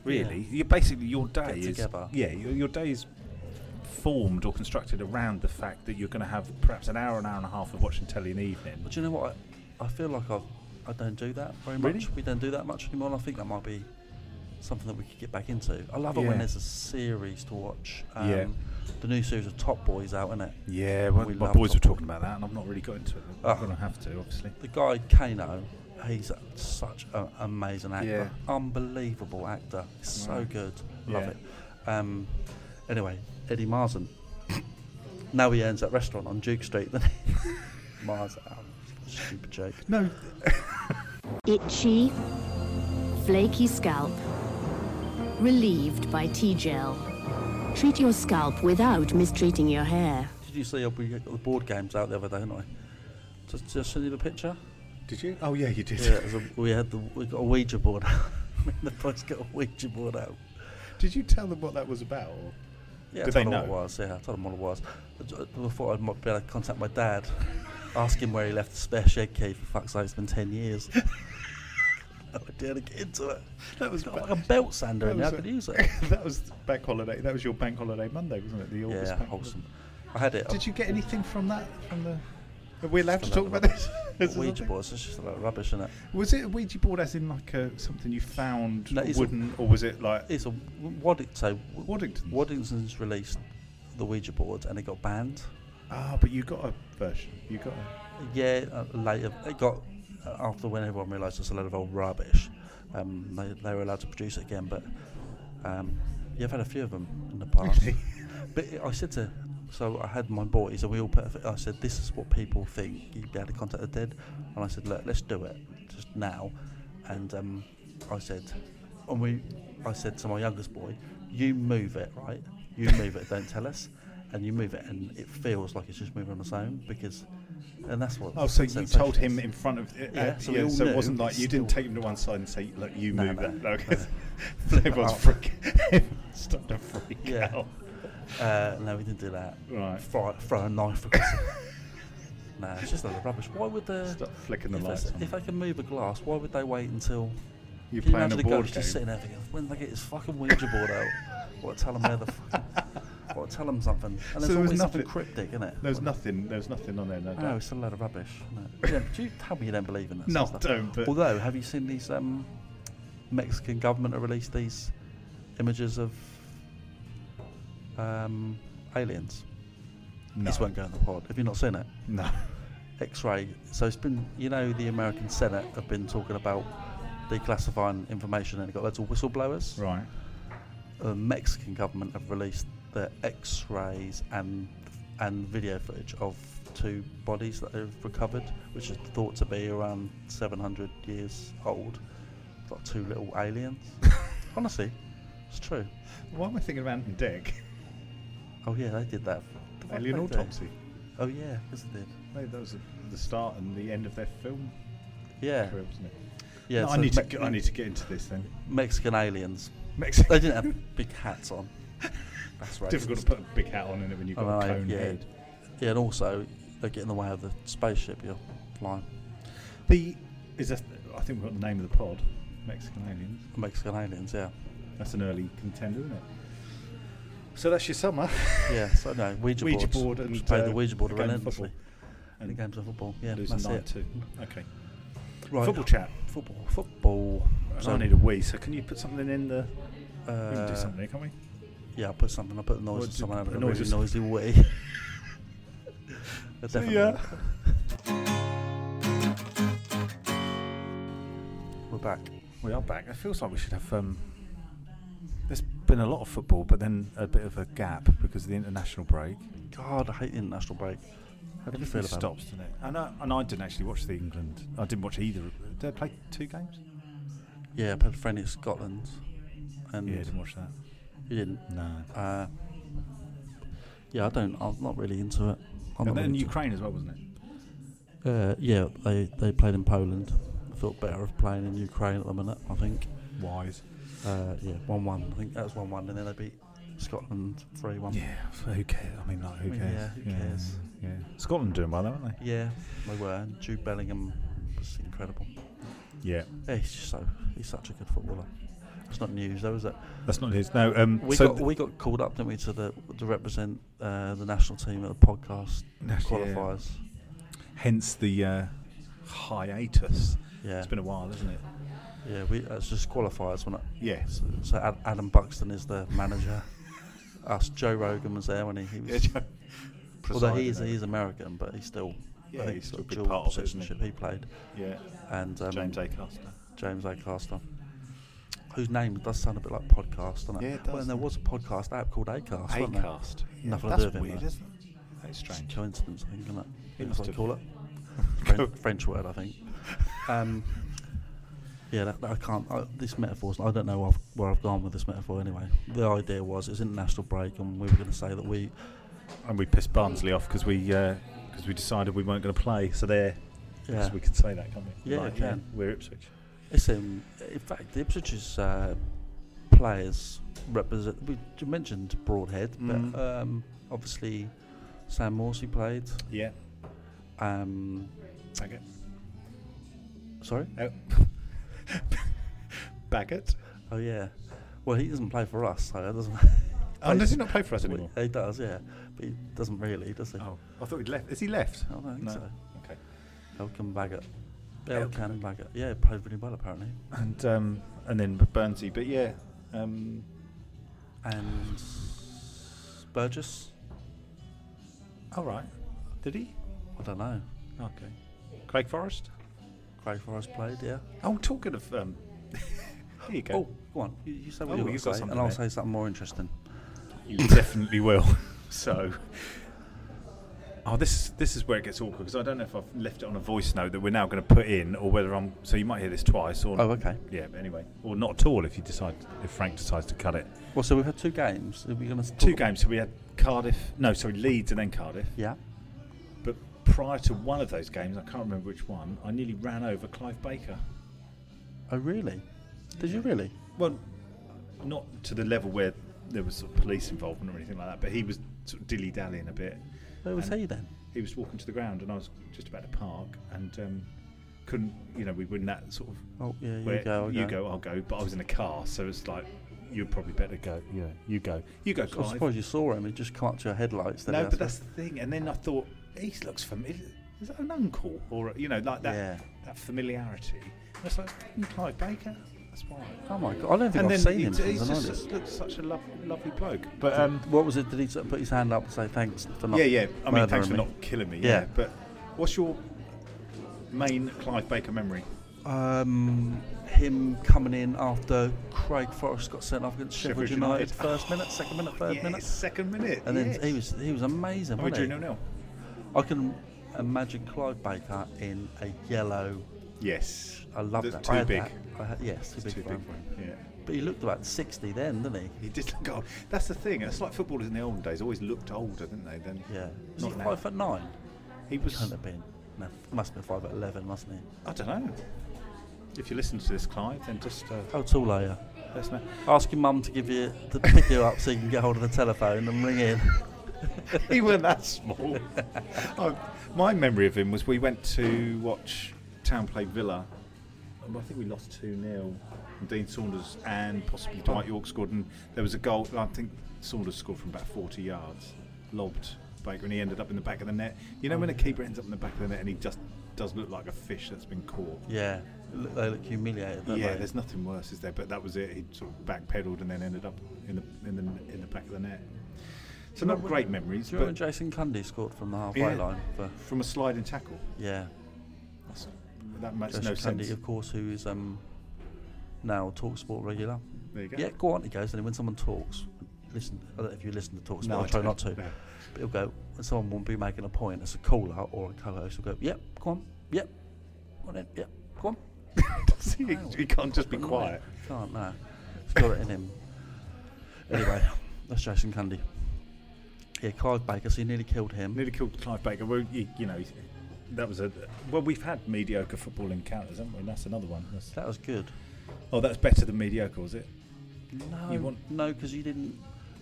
Really, Yeah. you basically your day Get is together. yeah your, your day is formed or constructed around the fact that you're going to have perhaps an hour, an hour and a half of watching telly in the evening. But do you know what? I, I feel like I've, I don't do that very Really? much. We don't do that much anymore. And I think that might be something that we could get back into. I love it Yeah. when there's a series to watch. Um, Yeah. The new series of Top Boys out, isn't it? Yeah, well, We my love boys were football. talking about that, and I've not really got into it. Ah. I'm going to have to, obviously. The guy Kano, he's a, such an amazing actor, unbelievable actor, so Right. good, love Yeah. it. Um, anyway, Eddie Marzen. now he owns that restaurant on Duke Street. Then Mars, oh, stupid joke. No, Itchy, flaky scalp. Relieved by T gel. Treat your scalp without mistreating your hair. Did you see? uh, We got the board games out the other day, didn't I? Just, just send you the picture. did you? Oh yeah, you did. Yeah, it was a- we had the we got a Ouija board. out. Me and the boys got a Ouija board out. Did you tell them what that was about? Or? Yeah, Did I they told them know? what it was. Yeah, I told them what it was. I j- I thought I might be able to contact my dad, ask him where he left the spare shed key. For fuck's sake, it's been ten years. I dare to get into it. That was Got like a belt sander in there. I could use it. that was bank holiday. That was your bank holiday Monday, wasn't it? The August yeah, bank wholesome. I had it. Did you get anything from that? From the? Are we allowed to Just talk another about this? a This is Ouija nothing. board? It's just like rubbish, isn't it? Was it a Ouija board as in like a, something you found No, it's a- wooden, or was it like It's a Waddington. So w- Waddington's? Waddington's released the Ouija board and it got banned. Ah, but you got a version. You got. A, Yeah, uh, later it got uh, after when everyone realised it's a load of old rubbish. Um, they, they were allowed to produce it again, but um, yeah, I've had a few of them in the past. Really? But I said to, so I had my boys and we all put. I said, this is what people think you'd be able to contact the dead, and I said, look, let's do it just now, and um, I said, and we, I said to my youngest boy, "You move it, right? You move it. Don't tell us." And you move it, and it feels like it's just moving on its own because, and that's what. Oh, so you sensation told him is. in front of. Uh, Yeah, so so we all so knew, it wasn't but like you didn't still- take him to one side and say, "Look, you No, move no, that." No, no. because Flip everyone's out. freak. everyone's starting to freak Yeah. out. Uh, no, we didn't do that. Right. Throw, throw a knife across it. no, it's just a lot of rubbish. Why would the. Stop flicking the if, lights. they- on. if they can move a glass, why would they wait until. You're Can you playing imagine a the board coach just game. sitting there thinking, when they get his fucking Ouija board out, or tell him where the fucking. Or tell him something. And there's there was always something nothing- cryptic, isn't it? There was nothing. There was nothing on there. No, No, doubt. it's a load of rubbish. No. Yeah, do you tell me you don't believe in this? No, I don't, but- Although, have you seen these um, Mexican government have released these images of um, aliens? no. This won't go in the pod. Have you not seen it? No. X-ray. So it's been, you know, the American Senate have been talking about declassifying information, and they've got loads of whistleblowers. Right. The Mexican government have released the X-rays and and video footage of two bodies that they've recovered, which is thought to be around 700 years old. Like two little aliens. Honestly, it's true. Why am I thinking of Ant and Dick? Oh yeah, they did that. What did Alien they do? autopsy. Oh yeah, yes they did. Maybe that was the start and the end of their film Yeah, career, wasn't it? yeah. No, I so need to. Me- Get, I need to get into this then. Mexican aliens. They Mexico. didn't have big hats on. That's right. Difficult to put a big hat on in it when you've got a cone Oh, yeah. head. Yeah, and also they get in the way of the spaceship you're flying. The is that, I think we've got the name of the pod. Mexican aliens. Mexican aliens, yeah. That's an early contender, isn't it? So that's your summer. Yeah, so no, Ouija, Ouija boards. board and, Just played uh, the Ouija board a game of relentlessly. football. And the And games of football, yeah, losing that's nine it. two. Okay. Right. Football chat. Football, football. So I need a wee. So can you put something in the? we Uh, can do something, here, can't we? Yeah, I'll put something. I'll put a noise Well, of do- someone having put a a really noise noisy wee. I definitely. ya. We're back. We are back. It feels like we should have. Um, there's been a lot of football, but then a bit of a gap because of the international break. God, I hate the international break. How do you feel Everything about it? stops, doesn't it? And I, and I didn't actually watch the England. I didn't watch either. Did they play two games? Yeah, I played a friendly Scotland, and Yeah, I didn't watch that. you didn't. No. Uh, yeah, I don't. I'm not really into it. And I'm then not really into Ukraine as well, wasn't it? Uh, yeah, they, they played in Poland. I felt better of playing in Ukraine at the minute, I think. Wise. Uh, yeah, 1 1. I think that was 1 1, and then they beat Scotland 3 1. Yeah. So who cares? I mean, like, who I mean, cares? yeah, who cares? Yeah. Scotland doing well, though, aren't they? Yeah, they were. And Jude Bellingham was incredible. Yeah. Yeah, he's just so he's such a good footballer. It's not news though, is it? That's not his. No. Um. We so got we got called up, didn't we, to the to represent uh, the national team at the podcast Yeah. qualifiers. Hence the uh, hiatus. Yeah, It's been a while, isn't it? yeah. We it's just qualifiers, wasn't it? Yeah. So, so Ad- Adam Buxton is the manager. Us, Joe Rogan was there when he, he was. although he is, he is American, but he's still. Yeah, I think he's sort of a big dual part of it, isn't he? citizenship he played, Yeah. and um, James A. Custer. James A. Caster, whose name does sound a bit like podcast, doesn't it? Yeah, it Well, does, and there doesn't was a podcast app called Acast. wasn't there? Yeah, Nothing to That's do with him, weird, though. isn't it? That's It's strange. coincidence, I think, isn't it? It must That's what they have. call it. Fren- French word, I think. Um, yeah, that, that I can't. I, this metaphor's. I don't know where I've, where I've gone with this metaphor. Anyway, the idea was it's international break, and we were going to say that we And we pissed Barnsley off because we because we decided we weren't going to play. So there, yeah, we can say that, can't we? Yeah, Like, you yeah, can. We're Ipswich. It's um, in fact Ipswich's uh, players represent. We j- mentioned Broadhead, Mm. but um, obviously Sam Morsey played. Yeah. Um, Baggett. sorry, Oh. Baggett. oh yeah. Well, he doesn't play for us, so that doesn't. Oh, does he not play for us anymore? he does, yeah, but he doesn't really, does he? Oh, I thought he left. Is he left? Oh, I don't think No. so. Okay. Elkin Baggett. Elkin Elkin Baggett. Yeah, he played really well apparently. And um, and then B- Burnsy, but yeah, um, And Burgess? all right. Did he? I don't know. Okay. Craig Forrest. Craig Forrest played, yeah. Oh, talking of, um, here you go. Oh, go on. You, you say what Oh, you want you've to got say, and something I'll there. say something more interesting. You definitely will. So, Oh, this is this is where it gets awkward because I don't know if I've left it on a voice note that we're now going to put in, or whether I'm. So you might hear this twice, or Oh, okay. yeah. But anyway, or not at all if you decide if Frank decides to cut it. Well, so we've had two games. Are we going to Two games. So we had Cardiff. No, sorry, Leeds and then Cardiff. Yeah. But prior to one of those games, I can't remember which one. I nearly ran over Clive Baker. Oh, really? Did you really? Well, not to the level where there was sort of police involvement or anything like that, but he was sort of dilly dallying a bit. Where was And- he then? he was walking to the ground and I was just about to park and um, couldn't, you know, we were in that sort of Oh, yeah, you where go. I'll you go, I'll go, but I was in a car, so it's like you'd probably better go, you know, you go, you go, So I Clive. suppose you saw him. He just come up to your headlights. didn't no, he? but that's the thing. And then I thought, he looks familiar. Is that an uncle or a, you know, like that Yeah. that familiarity? And it's like "Mm, Clive Baker. That's why. Oh my god! I don't think And I've then seen he- him he's, since the just, 90s. looks such a lo- lovely bloke. But um, What was it? Did he sort of put his hand up and say thanks for not? yeah, yeah. I mean, thanks for murdering me? not killing me. Yeah. Yeah. But what's your main Clive Baker memory? Um, him coming in after Craig Forrest got sent off against Sheffield, Sheffield United. United. First minute, second minute, third yes, Uh, Oh, minute, second minute. and then yes. he was he was amazing. I mean, wasn't nil nil. he? I can imagine Clive Baker in a yellow. Yes. I love That's that. Too I had big. that. I had, yes, too It's big. too for big him. for him. Yeah. But he looked about sixty then, didn't he? He did look old. That's the thing. It's like footballers in the olden days always looked older, didn't they? Then Yeah. Was Not he now. five foot nine? he was. Couldn't have been. No, must have been five foot eleven, mustn't he? I don't know. If you listen to this, Clive, then just uh, How tall are you? let us know. Ask your mum to give you to pick you up so you can get hold of the telephone and ring in. he wasn't that small. I, Oh, my memory of him was we went to watch Town play Villa. and I think we lost 2 0. Dean Saunders and possibly Dwight York scored. And there was a goal, I think Saunders scored from about 40 yards, lobbed Baker, and he ended up in the back of the net. You know, when a keeper ends up in the back of the net and he just does look like a fish that's been caught? Yeah, look- they look humiliated. Don't yeah, they? there's nothing worse, is there? But that was it. He sort of backpedaled and then ended up in the in the in the back of the net. So not Remember- great memories, Do you remember but Jason Cundy scored from the halfway Yeah. line? For, from a sliding tackle. yeah, That's, that makes Jason no Cundy, sense. of course, who is um, now a Talk Sport regular. There you go. Yeah, go on, he goes. And then when someone talks, listen. I don't know if you listen to Talk Sport. I try don't. not to. No. But he'll go. When someone will be making a point as a caller or a co-host, will go. Yep, go on. Yep, go on. Then. Yep, go on. See, Oh, he can't just be Couldn't quiet. he? Can't no. He's got it in him. Anyway, that's Jason Cundy. Yeah, Clive Baker. So you nearly killed him. Nearly killed Clive Baker. Well, you, you know, he's- that was a. Well, we've had mediocre football encounters, haven't we? That's another one. That's, That was good. oh, that's better than mediocre, was it? No, You want- no, because you didn't.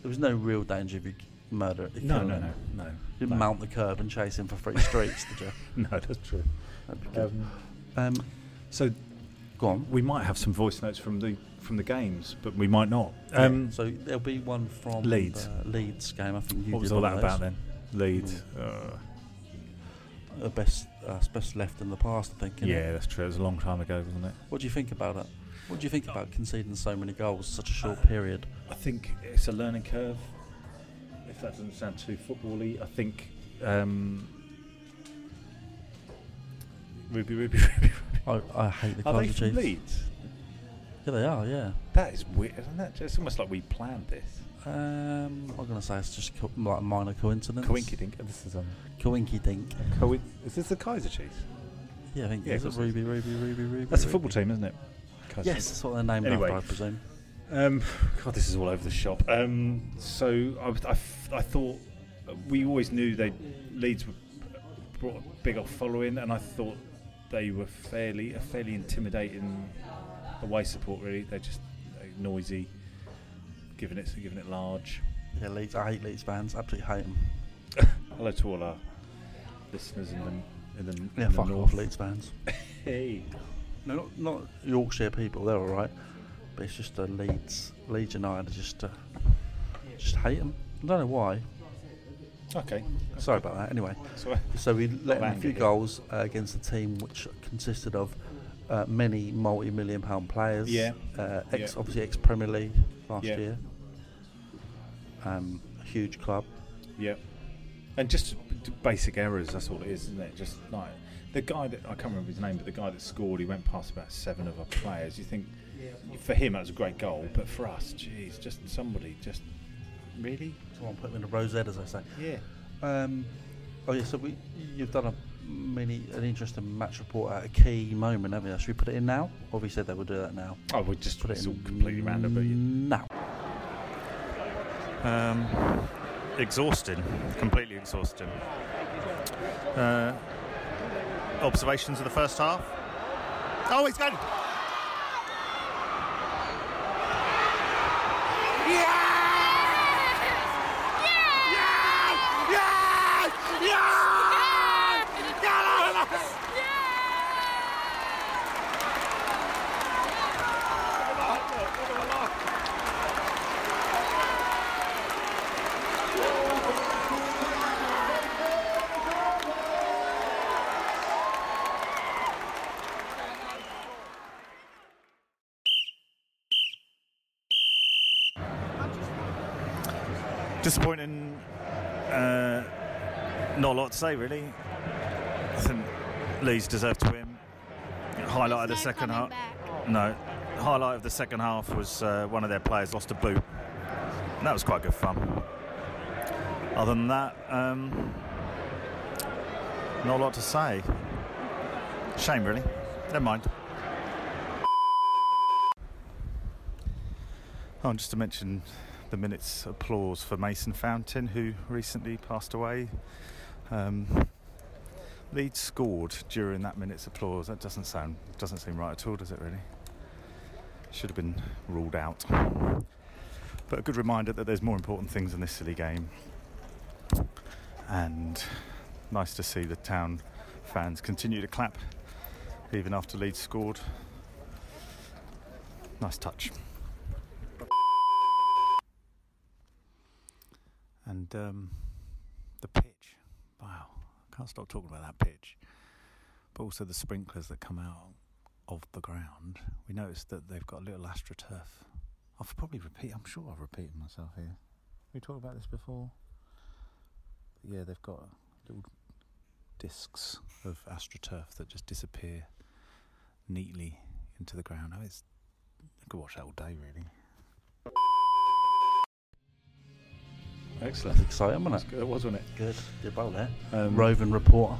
There was no real danger of you k- murder. if you No, killed no, him. no, no. You didn't no. mount the curb and chase him for three streets, did you? No, that's true. That'd be good. Um, Um, so go on. we might have some voice notes from the from the games, but we might not. Um, so there'll be one from Leeds. the Leeds game. I think you what did was all one that of about those. then? Leeds. Uh, Uh, best, uh, best left in the past. I think. innit? yeah, that's true. It was a long time ago, wasn't it? What do you think about it? What do you think about conceding so many goals in such a Uh, short period? I think it's a learning curve. If that doesn't sound too football-y, I think um, Ruby, Ruby, Ruby. I, I hate the Are they Kaiser from Chiefs. Leeds? Yeah, they are. Yeah. That is weird, isn't that? It's almost like we planned this. Um, I'm gonna say it's just co- like a minor coincidence. Coinkydink. This is um. Coinky dink. Coin- is this the Kaiser Chiefs? Yeah, I think Yeah, yeah, of it's course it is. Ruby, Ruby, Ruby, Ruby. That's a Ruby. football team, isn't it? Kaiser Yes, that's what they're named Anyway. after, I presume. Um, God, this is all over the shop. Um, so I, was- I f- I thought we always knew they Leeds were brought a big old following, and I thought they were fairly a fairly intimidating away support. Really, they're just uh, noisy, giving it giving it large. Yeah, Leeds. I hate Leeds fans. Absolutely hate them. Hello to all our listeners in the in the, in Yeah, the fuck north. off, Leeds fans. Hey, No, not, not Yorkshire people. They're all right, but it's just uh, Leeds. Leeds United. I Just, uh, just hate them. I don't know why. okay. Sorry about that. Anyway, So, so we let in a anger few here. goals uh, against a team which consisted of uh, many multi-million pound players. Yeah. Uh, ex, Yeah. Obviously, ex-Premier League last Yeah. year. Um, a huge club. Yeah, and just d- basic errors. That's all it is, isn't it? Just like the guy that I can't remember his name, but the guy that scored, he went past about seven of our players. You think for him that was a great goal, but for us, geez, just somebody, just really, Someone put them in a rosette, as I say. yeah. Um, Oh yeah, so we you've done a mini an interesting match report at a key moment, haven't you? Should we put it in now? Or have you said that we'll do that now? Oh, we just Put it it's in all completely random, but you, now. um, exhausting, completely exhausting. Uh, observations of the first half. Oh, he's gone. disappointing. Uh, not a lot to say really. I think Leeds deserved to win. Highlight of the no second coming half. back. No, highlight of the second half was uh, one of their players lost a boot. And that was quite good fun. Other than that, um, not a lot to say. Shame really. Never mind. Oh, just to mention the minute's applause for Mason Fountain, who recently passed away. Um, Leeds scored during that minute's applause. That doesn't sound doesn't seem right at all, does it? Really, should have been ruled out. But a good reminder that there's more important things in this silly game. And nice to see the town fans continue to clap, even after Leeds scored. Nice touch. and um, the pitch. Wow, I can't stop talking about that pitch. But also the sprinklers that come out of the ground. We noticed that they've got a little astroturf. I've probably repeat. I'm sure I've repeated myself here. We talked about this before. But yeah, they've got little discs of astroturf that just disappear neatly into the ground. Oh, it's I could watch that all day, really. That's Excellent. exciting, wasn't good, wasn't it? it? Good. Did well there. Um, Roving reporter.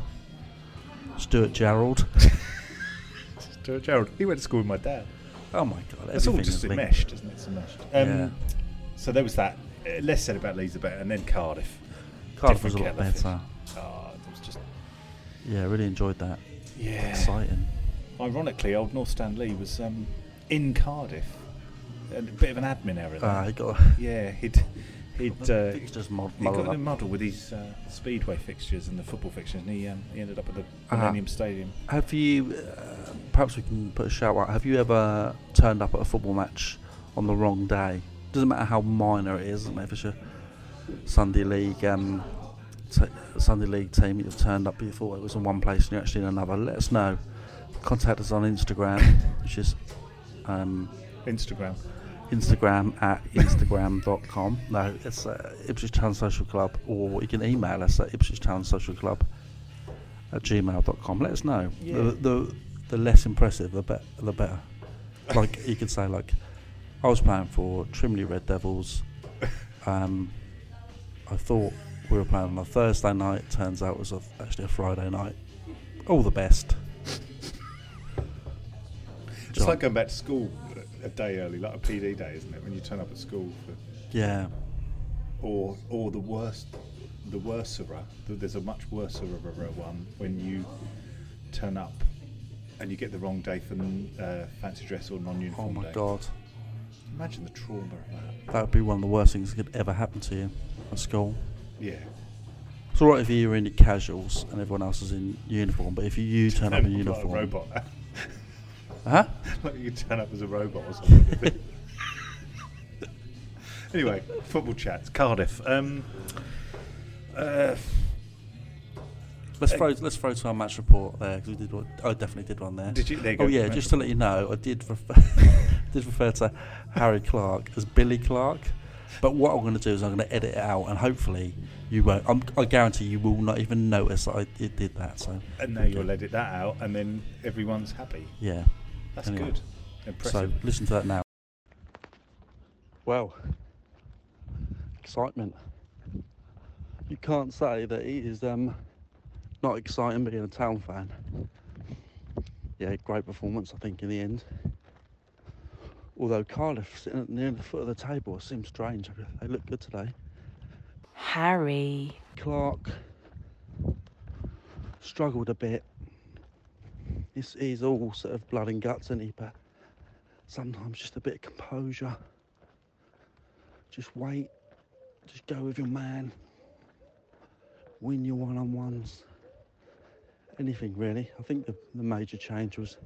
Stuart Gerald. to Gerald. He went to school with my dad. Oh my god, It's all everything just is linked. enmeshed, isn't it? It's enmeshed. Um, Yeah. So there was that. Uh, less said about Leeds, the better. And then Cardiff. Cardiff was a lot different kettle of better. fish. Ah, it was just. Yeah, I really enjoyed that. Yeah. Exciting. Ironically, old North Stand Lee was um, in Cardiff. A bit of an admin error. There. Uh, I got yeah, he'd. He'd, uh, it's just mod- he got in a muddled up. muddle with his uh, speedway fixtures and the football fixtures, and he, um, he ended up at the Ah. Millennium Stadium. Have you? Uh, perhaps we can put a shout out. Have you ever turned up at a football match on the wrong day? Doesn't matter how minor it is. Doesn't matter if it's your Sunday league, um, t- Sunday league team. You've turned up, but you thought it was in one place and you're actually in another. Let us know. Contact us on Instagram, which is um, Instagram. Instagram at Instagram.com. No, it's uh, Ipswich Town Social Club, or you can email us at Ipswich Town Social Club at gmail.com. Let us know. The, the, the less impressive, the, bet the better. Like, you could say, like, I was playing for Trimley Red Devils. Um, I thought we were playing on a Thursday night. Turns out it was a, actually a Friday night. All the best. It's John. like going back to school a day early, like a PD day, isn't it? When you turn up at school for Yeah. or or the worst, the worserer. th- There's a much worserer one when you turn up and you get the wrong day for uh, fancy dress or non-uniform Oh my day. God. Imagine the trauma of that. That would be one of the worst things that could ever happen to you at school. Yeah, It's all right if you're in your casuals and everyone else is in uniform, but if you, you turn up in Like a uniform, robot. huh? like you turn up as a robot or something. anyway, football chats. Cardiff. Um, uh, Let's throw let's throw to our match report there because we did one, I definitely did one there. did you? There you oh go, yeah, match just to let you know, I did refer, did refer to Harry Clark as Billy Clark, but what I'm going to do is I'm going to edit it out and hopefully you won't. I'm, I guarantee you will not even notice that I did, did that. So And now you'll edit that out, and then everyone's happy. yeah, That's Anyway. good. Impressive. so listen to that now. Well, excitement. You can't say that it is um, not exciting being a Town fan. Yeah, great performance, I think, in the end. Although Cardiff sitting at near the foot of the table seems strange. They look good today. Harry. Clark struggled a bit. He's, he's all sort of blood and guts, isn't he? But sometimes just a bit of composure. Just wait. Just go with your man. Win your one on ones. Anything really. I think the, the major change was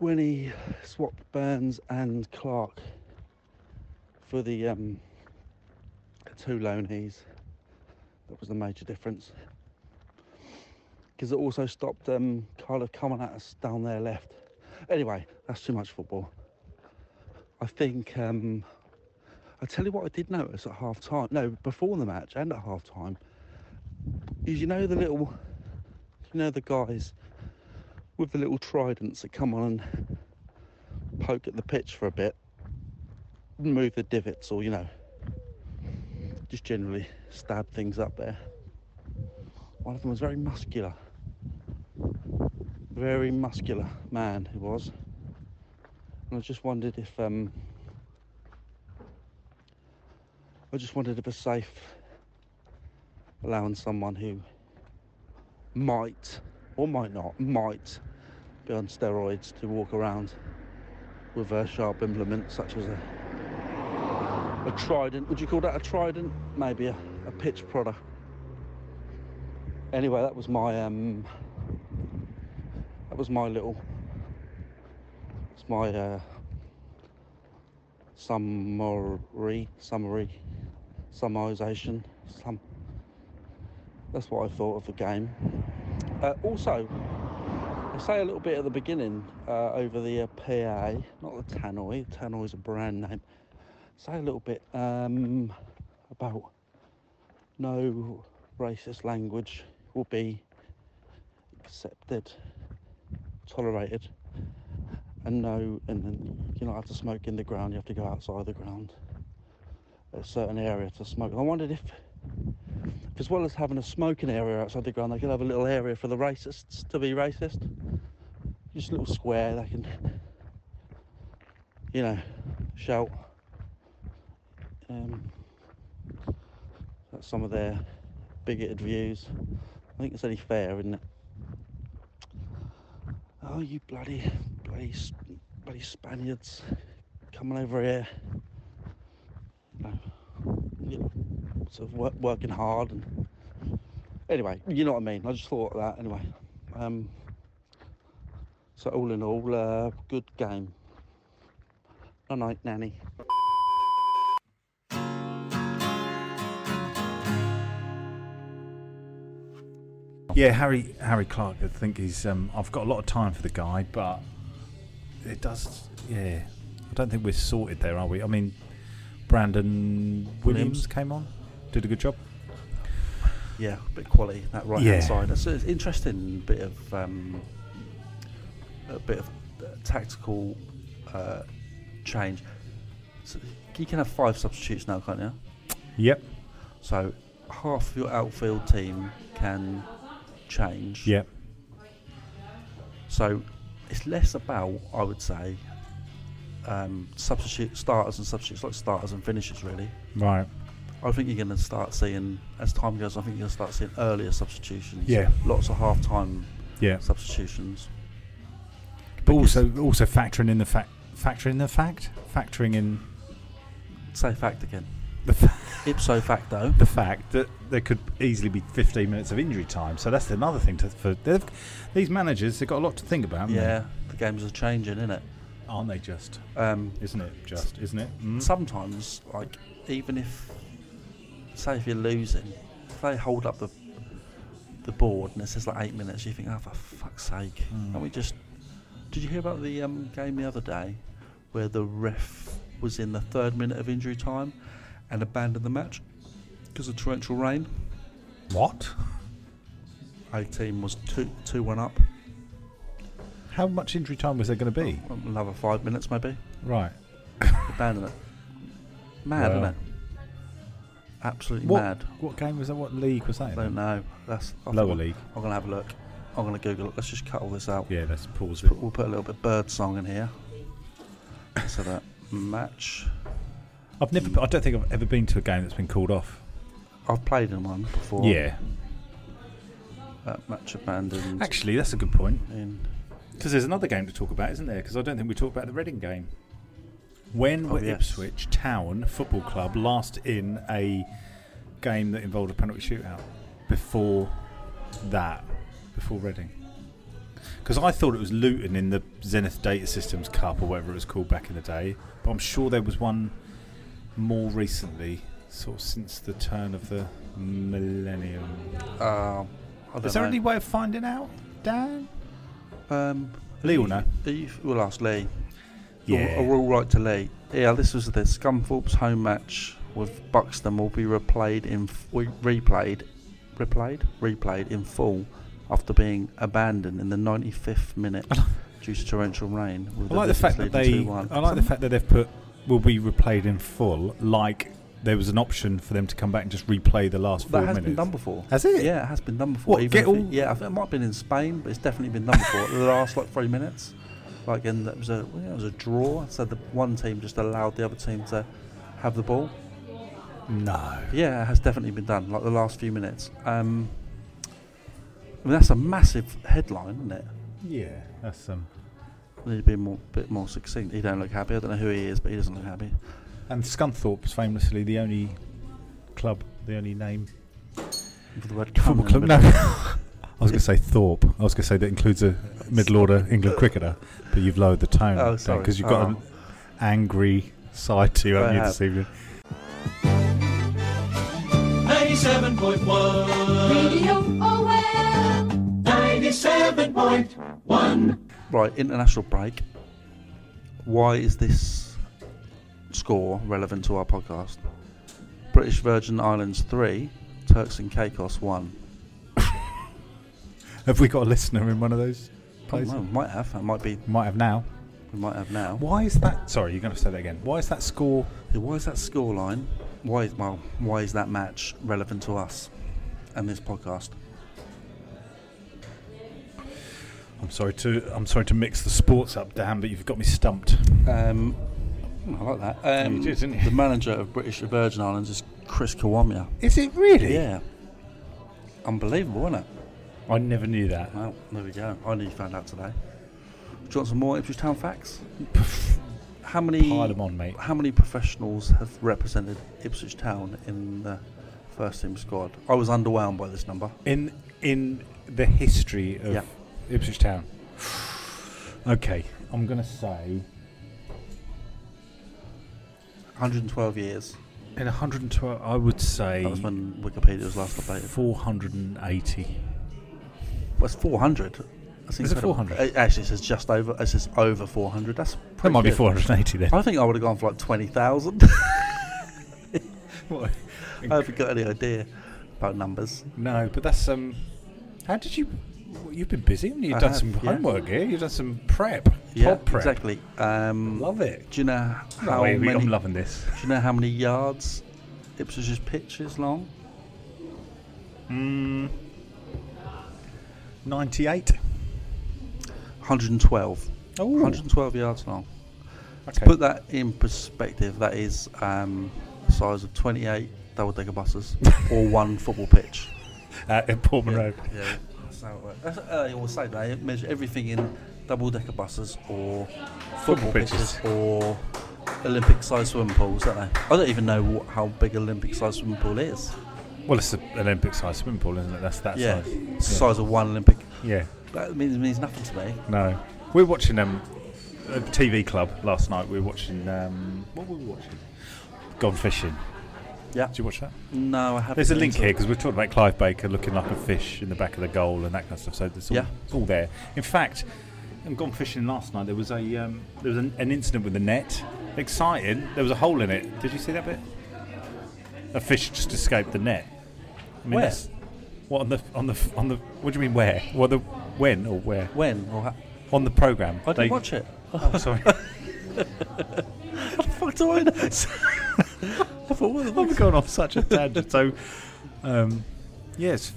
when he swapped Burns and Clark for the um, two loanees. That was the major difference. Because it also stopped um, Cardiff coming at us down their left. Anyway, that's too much football. I think, um, I tell you what, I did notice at half time, no, before the match and at half time, is you know the little, you know, the guys with the little tridents that come on and poke at the pitch for a bit, move the divots, or you know, just generally stab things up there. One of them was very muscular, very muscular man he was, and I just wondered if um, I just wondered if it's safe allowing someone who might or might not might be on steroids to walk around with a sharp implement such as a a trident. Would you call that a trident? Maybe a, a pitch prodder. Anyway, that was my um, that was my little, it's my uh, summary, summary, summarisation. Some. That's what I thought of the game. Uh, also, I say a little bit at the beginning uh, over the uh, PA, not the Tannoy. Tannoy is a brand name say a little bit um, about no racist language will be accepted, tolerated, and no, and then you don't have to smoke in the ground, you have to go outside the ground at a certain area to smoke. I wondered if, if, as well as having a smoking area outside the ground, they could have a little area for the racists to be racist. Just a little square they can, you know, shout. Um, that's some of their bigoted views. I think it's only fair, isn't it? Oh, you bloody, bloody, bloody Spaniards coming over here, you know, you know, sort of work, working hard. And anyway, you know what I mean. I just thought of that. Anyway, um, so all in all, uh, good game. Good night, nanny. Yeah, Harry Harry Clark. I think he's. Um, I've got a lot of time for the guy, but it does. Yeah, I don't think we're sorted there, are we? I mean, Brandon Williams, Williams. came on, did a good job. Yeah, a bit of quality that right hand Yeah. side. That's an interesting bit of um, a bit of uh, tactical uh, change. So you can have five substitutes now, can't you? Yep. So half your outfield team can change. Yep. So it's less about, I would say, um, substitute starters and substitutes like starters and finishers really. Right. I think you're going to start seeing, as time goes, I think you're going to start seeing earlier substitutions. Yeah. Lots of half time Yeah. substitutions. But also also factoring in the fact factoring the fact factoring in Say fact again. the fa- Ipso facto. the fact that there could easily be 15 minutes of injury time. So that's another thing to for they've, these managers. They've got a lot to think about. haven't they? Yeah, the games are changing, innit? Aren't they just? Um, Isn't it just? Isn't it? Mm. sometimes, like, even if, say, if you're losing, if they hold up the the board and it says like eight minutes, you think, oh, for fuck's sake. Mm. And we just. Did you hear about the um, game the other day where the ref was in the third minute of injury time and abandoned the match because of torrential rain? What? A team was 2 2 1 up, How much injury time was there going to be? another five minutes maybe. Right. Abandon it. Mad, Wow. isn't it? absolutely What, mad. what game was that? What league was that? I in? don't know. That's I think Lower I'm- league. I'm gonna have a look. I'm gonna Google it. Let's just cut all this out. Yeah, let's pause it. Put- We'll put a little bit of bird song in here. So that match. I've never. I don't think I've ever been to a game that's been called off. I've played in one before. Yeah, Uh, match abandoned. actually, that's a good point. in, Because there's another game to talk about, isn't there? Because I don't think we talked about the Reading game. When Oh, were yes. Ipswich Town Football Club last in a game that involved a penalty shootout? Before that, before Reading. Because I thought it was Luton in the Zenith Data Systems Cup or whatever it was called back in the day. But I'm sure there was one more recently, sort of since the turn of the millennium. um, I don't Is there know. any way of finding out, Dan? um, Lee will know. are you, we'll ask Lee. Yeah. Or, or all right to Lee. Yeah, this was the Scunthorpe's home match with Buxton will be replayed in f- we- replayed, replayed, replayed in full after being abandoned in the 95th minute due to torrential rain. With I like the visitors fact that leading they. 2-1. I like the fact that they've put will be replayed in full. Like there was an option for them to come back and just replay the last four That has minutes. been done before. Has it? Yeah, it has been done before. What, even get if all- it, yeah, I think it might have been in Spain, but it's definitely been done before. the last like three minutes, like in that was a well, yeah, it was a draw. So the one team just allowed the other team to have the ball. No. Yeah, it has definitely been done. Like the last few minutes. Um, I mean, that's a massive headline, isn't it? Yeah, that's um. We Need to be more bit more succinct. He don't look happy. I don't know who he is, but he doesn't look happy. And Scunthorpe's famously the only club, the only name With the word football "cum" in club. No. the middle. I was going to say Thorpe. I was going to say that includes a middle-order England cricketer, but you've lowered the tone Oh, sorry. because you've got Oh. an angry side to you, haven't you, I this evening? 97.1 Radio OL. 97.1 Right, international break. Why is this score relevant to our podcast? British Virgin Islands 3, Turks and Caicos 1. Have we got a listener in one of those Oh, places? no, might have. That might be. Might have now. We might have now. Why is that? Sorry, you're going to say that again. Why is that score? So Why is that scoreline? Why is well, Why is that match relevant to us and this podcast? I'm sorry to I'm sorry to mix the sports up, Dan, but you've got me stumped. Um, I like that. Um, You did, didn't you? The manager of British Virgin Islands is Chris Kawamia. Is it really? Yeah. Unbelievable, isn't it? I never knew that. Well, there we go. I nearly found out today. Do you want some more Ipswich Town facts? How many Pile them on, mate. how many professionals have represented Ipswich Town in the first team squad? I was underwhelmed by this number. In in the history of Yeah. Ipswich Town. Okay, I'm going to say 112 years. in 112. I would say That was when Wikipedia was last updated. 480. Well, it's 400. That's Is it incredible. 400? It actually says just over. It says over 400. That's That pretty might be good. 480 then. I think I would have gone for like 20,000. What? I haven't got any idea about numbers. no, but that's um. How did you? You've been busy. haven't you? You've I done have, some yeah. homework here. You've done some prep. Yeah, pod prep. exactly. Um, Love it. Do you know No, how wait, we- many? I'm Do loving this. you know how many yards Ipswich's pitch is long? 98. 112. Oh, 112 yards long. okay. Put that in perspective. That is um, the size of 28 double-decker buses or one football pitch. uh, in Portman Road. Yeah, that's how it works. That's, uh, they always say they measure everything in double-decker buses or football Football pitches, pitches. or Olympic-sized swimming pools, don't they? I don't even know what, how big Olympic-sized swimming pool is. Well, it's a- an Olympic-sized swimming pool, isn't it? That's that yeah, size. it's the size of one Olympic. Yeah. That means, means nothing to me. No, we were watching um, a TV club last night. We were watching. Um, what were we watching? Gone fishing. Yeah. Did you watch that? No, I haven't. There's a been link to- here because we're talking about Clive Baker looking like a fish in the back of the goal and that kind of stuff. So it's all, Yeah. it's all there. In fact, I'm gone fishing last night. There was a um, there was an, an incident with the net. Exciting. There was a hole in it. Did you see that bit? A fish just escaped the net. I mean, Where? that's- What on the on the on the? What do you mean where? What the when or where? When? Or ha- On the program. I didn't watch it. Oh, sorry. Fuck do I know? I thought, what the I've gone off such a tangent. So, um, yes,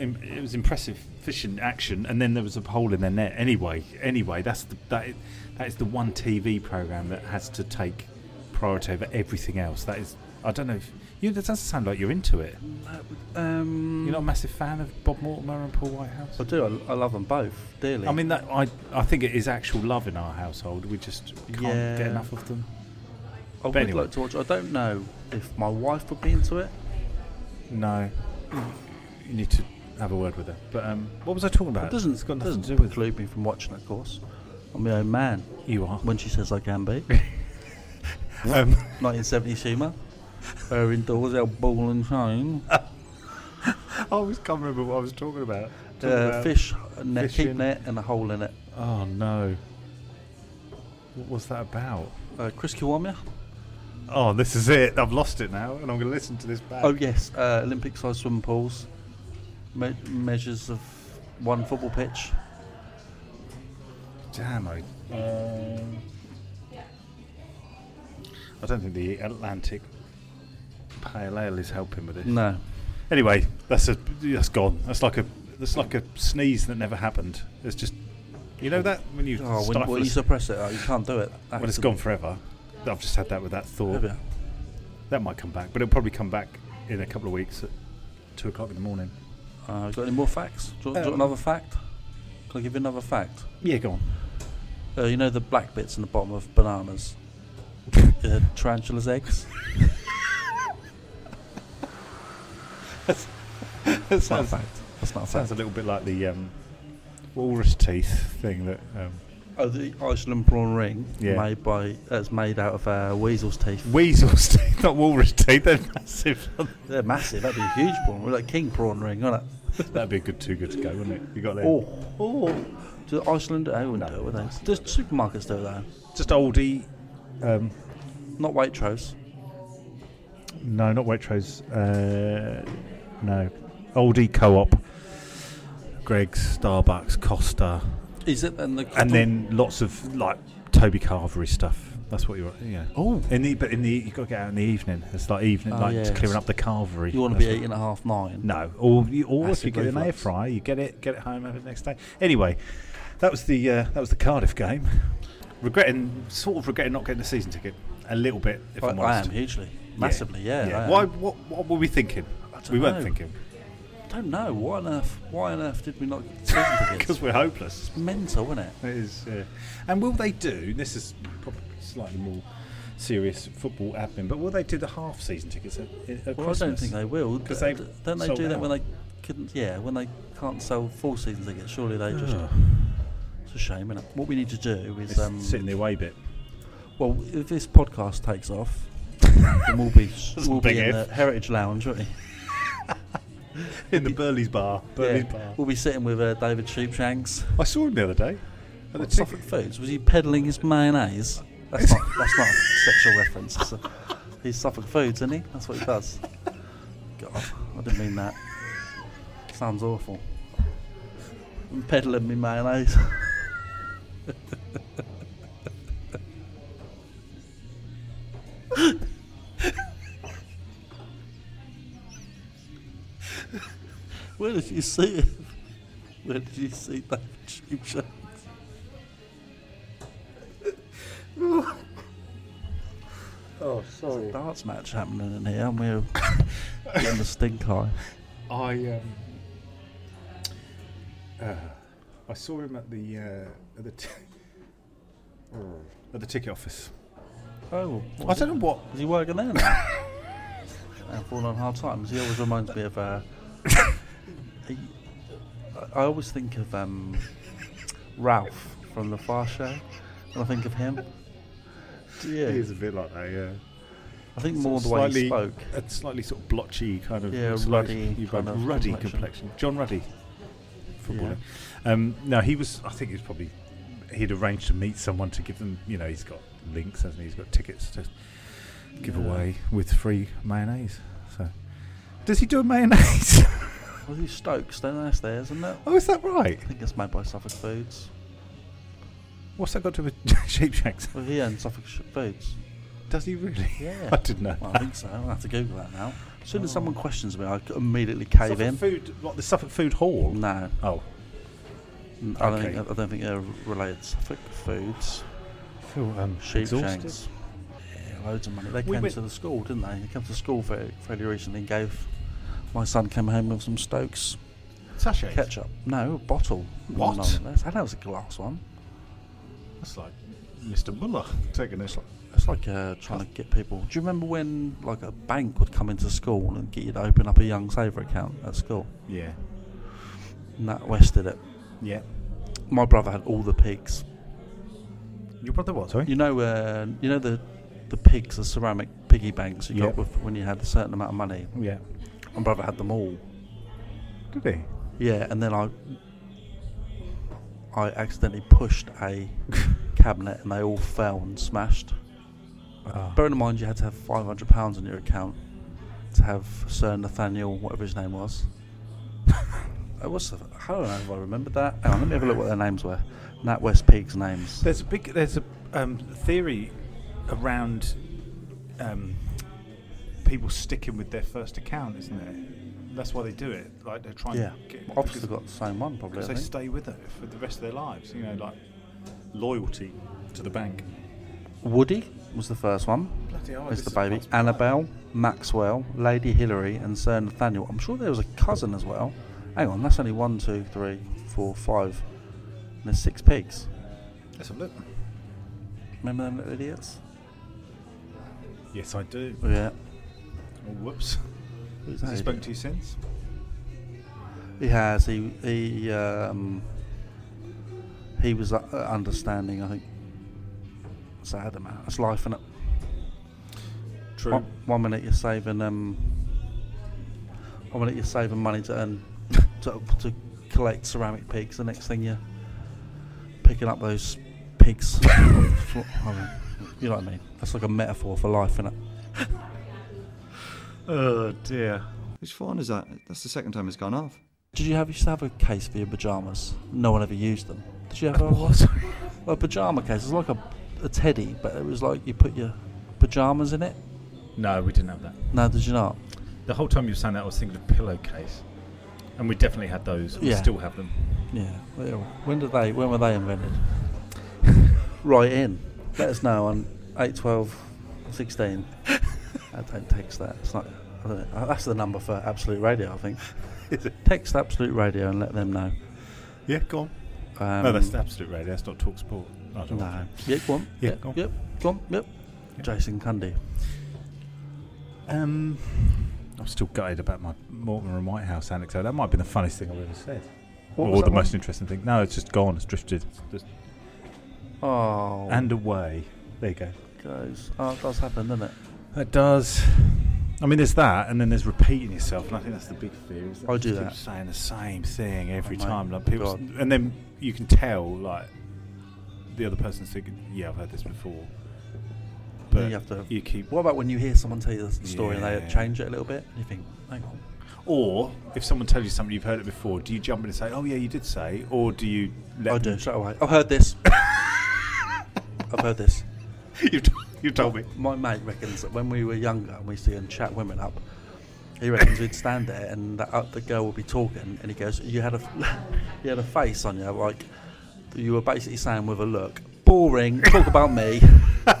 im- it was impressive fishing action, and then there was a hole in their net. Anyway, anyway, that's the, that is, that is the one TV program that has to take priority over everything else. That is, I don't know. if you, That doesn't sound like you're into it. Um, You're not a massive fan of Bob Mortimer and Paul Whitehouse. I do. I, I love them both dearly. I mean, that I I think it is actual love in our household. We just can't Yeah. get enough of them. I would anyway. like to watch. I don't know if my wife would be into it. No, you need to have a word with her. But um, what was I talking about? It doesn't, It's got nothing doesn't to do with preclude me from watching, of course. I'm my own man you are. when she says I can be. Um, 1970s humour. Her indoors, our ball and chain. Uh, I always can't remember what I was talking about. Talking Uh, about- fish, a net, keep fishing. net, and a hole in it. Oh no. What was that about? Uh, Chris Kiwamiya? Oh, this is it. I've lost it now, and I'm going to listen to this back. Oh, yes. Uh, Olympic sized swimming pools. Me- measures of one football pitch. Damn, I. Um, I don't think the Atlantic Pale Ale is helping with this. No. Anyway, that's a that's gone. That's like a that's like a sneeze that never happened. It's just you know that when you Oh, when, stifle well, a you s- suppress it, oh, you can't do it. when it's gone forever. I've just had that with that thought. Have you? That might come back, but it'll probably come back in a couple of weeks at two o'clock in the morning. Uh, got any more facts? Do you, want- do you Um, want another fact? Can I give you another fact? Yeah, go on. Uh, you know the black bits in the bottom of bananas? uh, tarantula's eggs? That That's not a sounds, fact. That's not a fact. sounds a little bit like the um, walrus teeth thing that. Um, Oh, the Iceland prawn ring Yeah. made by it's made out of uh, weasel's teeth. weasel's teeth, not walrus teeth. They're massive. They're massive. That'd be a huge prawn. We're like king prawn ring, wouldn't it? That'd be a good two good to go, wouldn't it? You got there. Oh, oh. Do Iceland? They wouldn't No. do it, would they? Does supermarkets do it though? Just oldie. Um, Not Waitrose. no, not Waitrose. Uh, no, oldie co-op. Greg's, Starbucks, Costa, Is it then the and then lots of like Toby Carvery stuff. That's what you're. Yeah. oh In the but in the you got to get out in the evening. It's like evening, Oh, like yeah. clearing up the carvery. you want to That's be what- eating at half nine? No, or you, or if Acid you get an air reflux. fryer, you get it, get it home, have it next day. Anyway, that was the uh, that was the Cardiff game. Regretting, sort of regretting not getting the season ticket a little bit. If I, I, am I honest. am hugely, massively. Yeah. I am. Why? What? What were we thinking? don't We weren't know. thinking don't know. Why on earth? Why on earth did we not get season tickets? because we're hopeless. Mental, isn't it? It is. Yeah. And will they do? This is probably slightly more serious football admin, but will they do the half season tickets at, at Well, I don't Christmas? think they will. 'Cause D- they've d- don't they sold do that out. when they couldn't? Yeah, when they can't sell full season tickets. Surely they just. It's a shame, isn't it? What we need to do is, It's um, sitting the away bit. well, if this podcast takes off, then we'll be we'll big be in if. the Heritage Lounge, won't we? in the Burley's bar. Burley's Yeah. bar. We'll be sitting with uh, David Sheepshanks. I saw him the other day. At the What, Suffolk Foods. Was he peddling his mayonnaise? That's not that's not a sexual reference. It's a, he's Suffolk Foods, isn't he? That's what he does. God, I didn't mean that. Sounds awful. I'm peddling me mayonnaise. Where did you see it? Where did you see that cheap shot? oh, sorry. Darts match happening in here, and we're getting the stink eye. I um, uh, I saw him at the uh, at the t- at the ticket office. Oh, I don't know what. Is he working there now? and falling on hard times. He always reminds me of. Uh, he- I- I always think of um, Ralph from The Far Show, and I think of him. It Yeah, is a bit like that, yeah. I think more the way slightly, he spoke. A slightly sort of blotchy kind of, Yeah, slightly- ruddy you've kind got of ruddy complexion. complexion. John Ruddy, footballer. Um, no, he was. I think he was probably he'd arranged to meet someone to give them. You know, he's got links, hasn't he? He's got tickets to give Yeah. away with free mayonnaise. So, does he do a mayonnaise? Well, he's Stokes, don't they? There, isn't it? oh, is that right? I think it's made by Suffolk Foods. What's that got to do with Sheepshanks? Well, he owns Suffolk Sh- Foods. Does he really? Yeah. I didn't know. Well, I that. think so. I'll have to Google that now. As soon as Oh. someone questions me, I immediately cave Suffolk in. food, what the Suffolk Food Hall? No, Oh, n- I don't, Okay. think, I don't think they're related to Suffolk foods. feel um, Sheep exhausted. shanks. Yeah, loads of money. They We came went- to the school, didn't they? They came to school fairly, fairly recently and gave my son came home with some Stokes Sachets. ketchup. No, a bottle. What? Nonetheless. I know it was a glass one. That's like Mr. Muller taking this. Like, It's like uh, trying to get people. Do you remember when like a bank would come into school and get you to open up a Young Saver account at school? yeah. And that West did it. Yeah. My brother had all the pigs. Your brother what? Sorry. You know, uh, you know the the pigs, the ceramic piggy banks you Yeah. got with when you had a certain amount of money. Yeah. My brother had them all. Did he? Yeah, and then I I accidentally pushed a cabinet and they all fell and smashed. Ah. Bearing in mind you had to have five hundred pounds on your account to have Sir Nathaniel, whatever his name was. Uh, What's the? How do I know if I remember that? Hang on, let me have a look what their names were. Nat West Peak's names. There's a big there's a um, theory around um, people sticking with their first account, isn't there? That's why they do it. Like they're trying. Yeah, to get, I've still because- got the same one probably. I because they think. stay with it for the rest of their lives. You know, like loyalty to the bank. Woody was the first one. Bloody hell, Mr. this is Baby. multiple- Annabelle, Maxwell, Lady Hillary, and Sir Nathaniel. I'm sure there was a cousin as well. Hang on, that's only one, two, three, four, five. And there's six pigs. Let's have a look. Remember them little idiots? Yes, I do. Yeah. Oh, whoops. Who's Has that he spoken idiot? to you since? He has. He he um, he was uh, uh, understanding. I think. Sad man. That's life, isn't it? True. One, one minute you're saving um, one minute you're saving money to earn to, to collect ceramic pigs. The next thing you're picking up those pigs. I mean, you know what I mean? That's like a metaphor for life, isn't it? Oh dear. Which phone is that? That's the second time it's gone off. Did you have you used to have a case for your pajamas? No one ever used them. Did you ever? What? A pajama case. It's like a, a teddy, but it was like you put your pajamas in it. No, we didn't have that. No, did you not? The whole time you were saying that, I was thinking of pillowcase, and we definitely had those. We Yeah. still have them. Yeah. well, When did they? When were they invented? Write in. Let us know on eight twelve sixteen. I don't text that. It's not. I don't know. That's the number for Absolute Radio, I think. Text Absolute Radio and let them know. Yeah, go on. Um, no, that's the absolute radio. That's not talk sport. I don't No. Yeah, go on. Yeah, Yeah, go on. Yep. Go on. Yep. Jason Cundy. Um, I'm still gutted about my Mortimer and Whitehouse anecdote. That might have been the funniest thing I've ever said. What or was the that one? most interesting thing. No, it's just gone. It's drifted. It's just- Oh. And away. There you go. goes. Oh, it does happen, doesn't it? It does. I mean, there's that, and then there's repeating yourself, and I think that's the big fear. is that I you do just keep that. saying the same thing every Oh, mate. time, like people, God. and then you can tell like the other person's thinking, "Yeah, I've heard this before," but you have to. you keep What about when you hear someone tell you the story and Yeah. they change it a little bit? You think, hang on. Or if someone tells you something you've heard it before, do you jump in and say, "Oh yeah, you did say," or do you let I do them- straight away. I've heard this. I've heard this. you've, t- you've told me. My mate reckons that when we were younger and we used to go and chat women up, he reckons we'd stand there and the, uh, the girl would be talking, and he goes, "You had a, you had a face on you, like you were basically saying with a look, boring. Talk about me."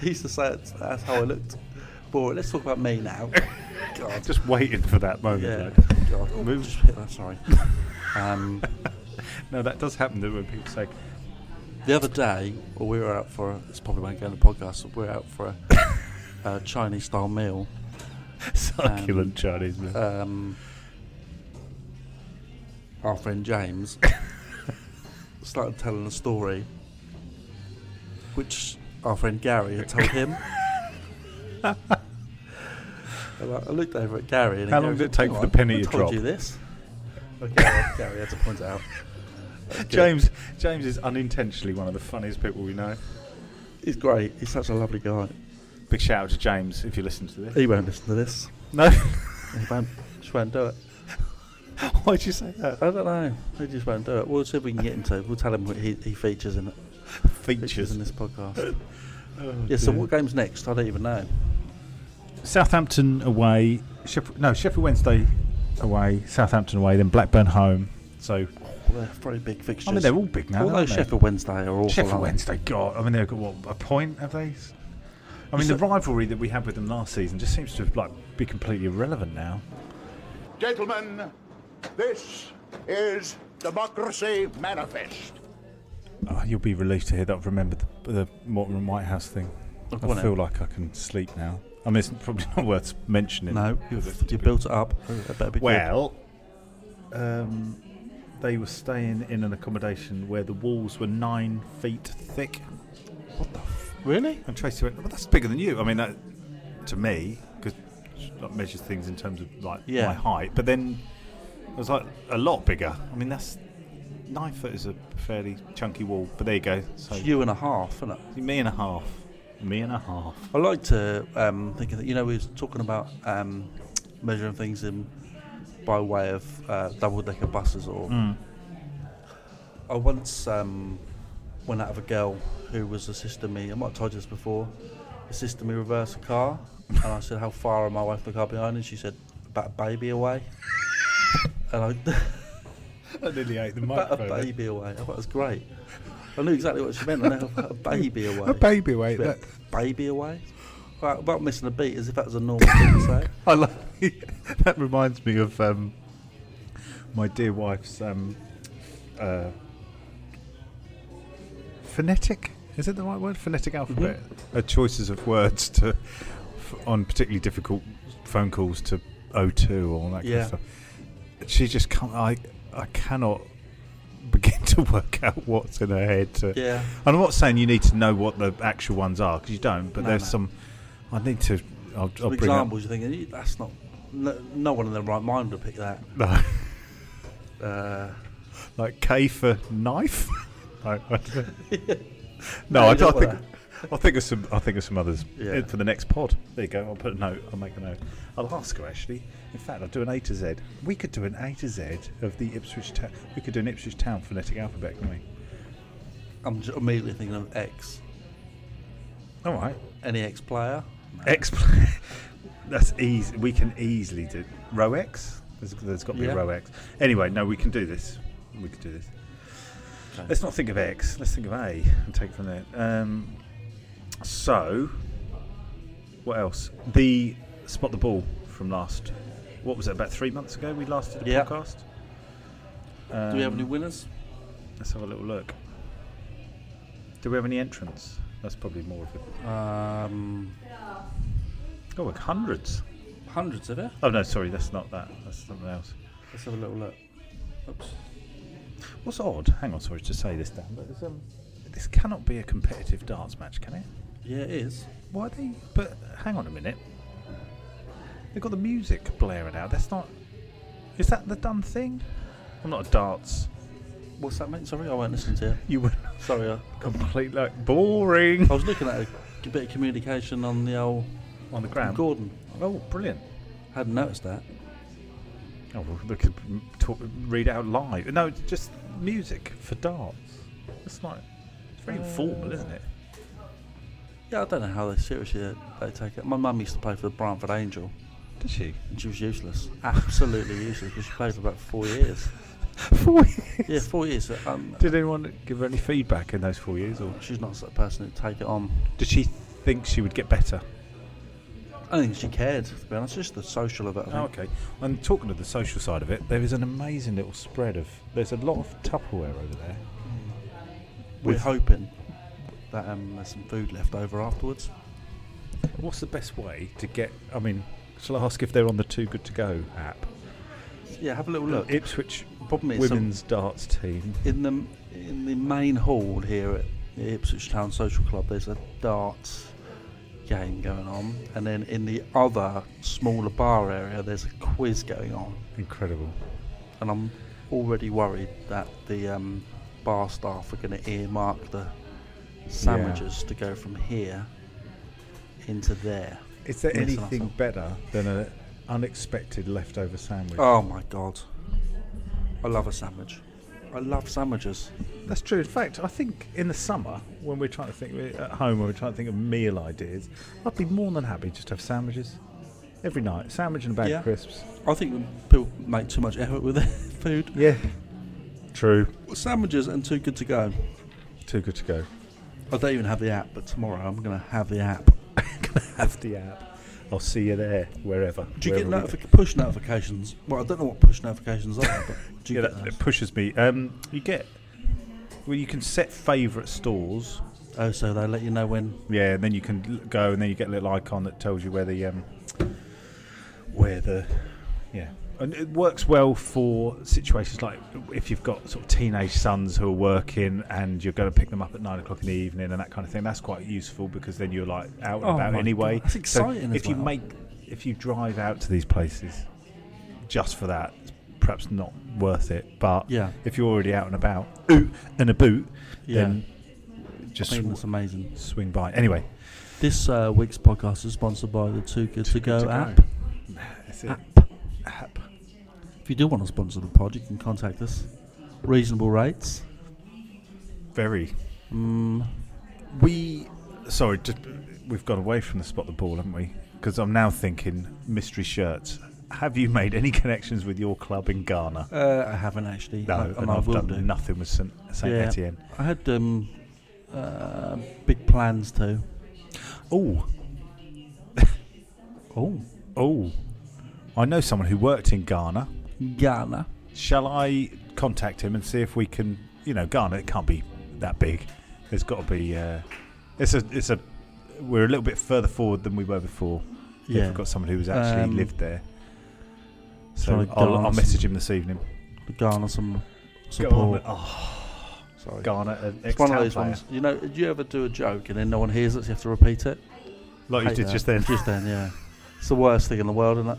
he used to say that's, that's how I looked. Boring. Let's talk about me now. God. Just waiting for that Yeah. moment. God. Move. Just hit that, Sorry. Um, Like. No, that does happen though, when people say, The other day, well, we were out for a, this probably won't go in the podcast, but we were out for a, a Chinese style meal. "Succulent Chinese man." Um, our friend James started telling a story which our friend Gary had told him. And I I looked over at Gary and How he long goes, did it take "Hang for the on, penny I to told drop?" you this. But Gary, Gary had to point it out. uh, James, James is unintentionally one of the funniest people we know. He's great. He's such a lovely guy. Big shout out to James if you listen to this. He won't listen to this. No, He won't. Just won't do it. why'd you say that? I don't know. He just won't do it. We'll see if we can get him to. We'll tell him what he, he features in it. features features. in this podcast. Oh, yeah, so dear. what game's next? I don't even know. Southampton away. Sheffield, no, Sheffield Wednesday away. Southampton away. Then Blackburn home. So They're very big fixtures. Oh, I mean, they're all big now. Although aren't they? Sheffield Wednesday are awful. Sheffield aren't they? Wednesday. God, I mean, they've got what a point have they? I mean, the rivalry that we had with them last season just seems to have like be completely irrelevant now. Gentlemen, this is Democracy Manifest. Oh, you'll be relieved to hear that I've remembered the, the Morton White House thing. Oh, go on I feel then. like I can sleep now. I mean, it's probably not worth mentioning. No, you've, you built it up. It better be good. Well, um, they were staying in an accommodation where the walls were nine feet thick. What the? F- really? and Tracy went, "Well, that's bigger than you." I mean, that to me because that measures things in terms of like Yeah. my height. But then it was like a lot bigger. I mean, that's nine foot is a fairly chunky wall. But there you go. So It's you and a half, isn't it? me and a half. Me and a half. I like to um, think of that. You know, we was talking about um, measuring things in by way of uh, double-decker buses, or I once um, went out of a girl who was assisting me. I might have told you this before. Assisting me reverse a car, and I said, "How far am I away from the car behind?" And she said, "About a baby away." and I. I nearly ate the About a baby away. I thought it was great. I knew exactly what she meant. I know about a baby away. A baby away, Yeah, that- baby away. Right, about missing a beat, as if that was a normal thing to say. I love that reminds me of um, my dear wife's um, uh, phonetic. Is it the right word? Phonetic alphabet. Mm-hmm. Her choices of words to f- on particularly difficult phone calls to O2 or all that kind Yeah. of stuff. She just can't. I I cannot begin to work out what's in her head. To, Yeah. and I'm not saying you need to know what the actual ones are because you don't. But No, there's no. some. I need to. I'll, I'll Some bring up. examples, you're thinking, that's not. No, no one in their right mind would pick that. No. Uh, like K for knife. I, I don't know. no, No, I, you don't don't think. wanna. I'll think of some. I'll think of some others Yeah. Eh, for the next pod. There you go. I'll put a note. I'll make a note. I'll ask her actually. In fact, I'll do an A to Z. We could do an A to Z of the Ipswich. Ta- we could do an Ipswich Town phonetic alphabet, couldn't we? I'm j- immediately thinking of X. All right. Any X player? X. That's easy. We can easily do row X. There's, there's got to be Yeah. a row X. Anyway, no, we can do this. We can do this. Let's not think of X. Let's think of A and take from there. Um, so, what else? The spot the ball from last. What was it? About three months ago, we last did a Yeah. podcast. Do we have Um, any winners? Let's have a little look. Do we have any entrants? That's probably more of a. Um, Oh, we're hundreds. hundreds of it. Oh no, sorry, that's not that. That's something else. Let's have a little look. Oops. What's odd? Hang on, sorry to say this, Dan, but it's, um, this cannot be a competitive darts match, can it? Yeah, it is. Why are they? But hang on a minute. They've got the music blaring out. That's not. Is that the done thing? I'm not a darts. What's that, mate? Sorry, I won't listen to you. You were Sorry, I, complete like boring I was looking at a bit of communication on the old on the ground. Gordon. Oh, brilliant. Hadn't noticed that. Oh, well, they could m- talk, read out live. No, it's just music for darts. It's not. It's very informal, isn't it? Yeah, I don't know how they seriously they take it. My mum used to play for the Brantford Angel, Did she? and she was useless, absolutely useless, because she played for about four years. Four Yeah, four years. Um, Did anyone give her any feedback in those four years, or she's not the sort of person who'd take it on. did she think she would get better? I don't think she cared. To be honest, just the social of it. I think. Oh, okay. And talking of the social side of it, there is an amazing little spread of. There's a lot of Tupperware over there. We're With- hoping that um, there's some food left over afterwards. What's the best way to get? I mean, shall I ask if they're on the Too Good to Go app? Yeah, have a little look. Ipswich Problem is, some- women's darts team. in the in the main hall here at the Ipswich Town Social Club, there's a darts game going on, and then in the other smaller bar area, there's a quiz going on, Incredible. and I'm already worried that the um, bar staff are going to earmark the sandwiches to go from here into there. Is there Yes, anything awesome. better than an unexpected leftover sandwich? Oh my god, I love a sandwich. I love sandwiches. That's true. In fact, I think in the summer, when we're trying to think at home, when we're trying to think of meal ideas, I'd be more than happy just to have sandwiches every night. Sandwich and a bag Yeah. of crisps. I think people make too much effort with their food. Yeah. True. Sandwiches and too good to go. Too good to go. I don't even have the app, but tomorrow I'm going to have the app. Gonna have the app. I'll see you there, wherever. Do you wherever get we go. notific- push notifications? Well, I don't know what push notifications are, but do you Yeah, get that, those? it pushes me. Um, you get. Well, you can set favourite stores. Oh, so they let you know when. Yeah, and then you can l- go, and then you get a little icon that tells you where the um, where the yeah, and it works well for situations like if you've got sort of teenage sons who are working and you're going to pick them up at nine o'clock in the evening and that kind of thing. That's quite useful because then you're like out and Oh about my anyway. God, that's exciting So as if you well. make if you drive out to these places just for that, it's perhaps not worth it. But Yeah. if you're already out and about, oot and a boot, Yeah. then just I think sw- that's amazing. swing by. Anyway. This uh, week's podcast is sponsored by the Too Good to Go to go. app. That's it. App. If you do want to sponsor the pod, you can contact us. Reasonable rates. Very. Mm. We. Sorry, just, we've gone away from the spot the ball, haven't we? Because I'm now thinking mystery shirts. Have you made any connections with your club in Ghana? Uh, I haven't actually. No, and, and I I've will done do. nothing with Saint, Saint Yeah. Etienne. I had um, uh, big plans too. Oh, Oh, oh! I know someone who worked in Ghana. Ghana. Shall I contact him and see if we can? You know, Ghana. It can't be that big. There's got to be. Uh, it's a. It's a. We're a little bit further forward than we were before. Yeah. If we've got someone who's actually Um, lived there. So try to I'll, I'll dance message him this evening. The Ghana some Ghana, support. oh, Sorry. Ghana, an It's one of ex-town those player. ones. You know, do you ever do a joke and then no one hears it, so you have to repeat it? Like you Hate did that. just then. Just then, yeah. It's the worst thing in the world, isn't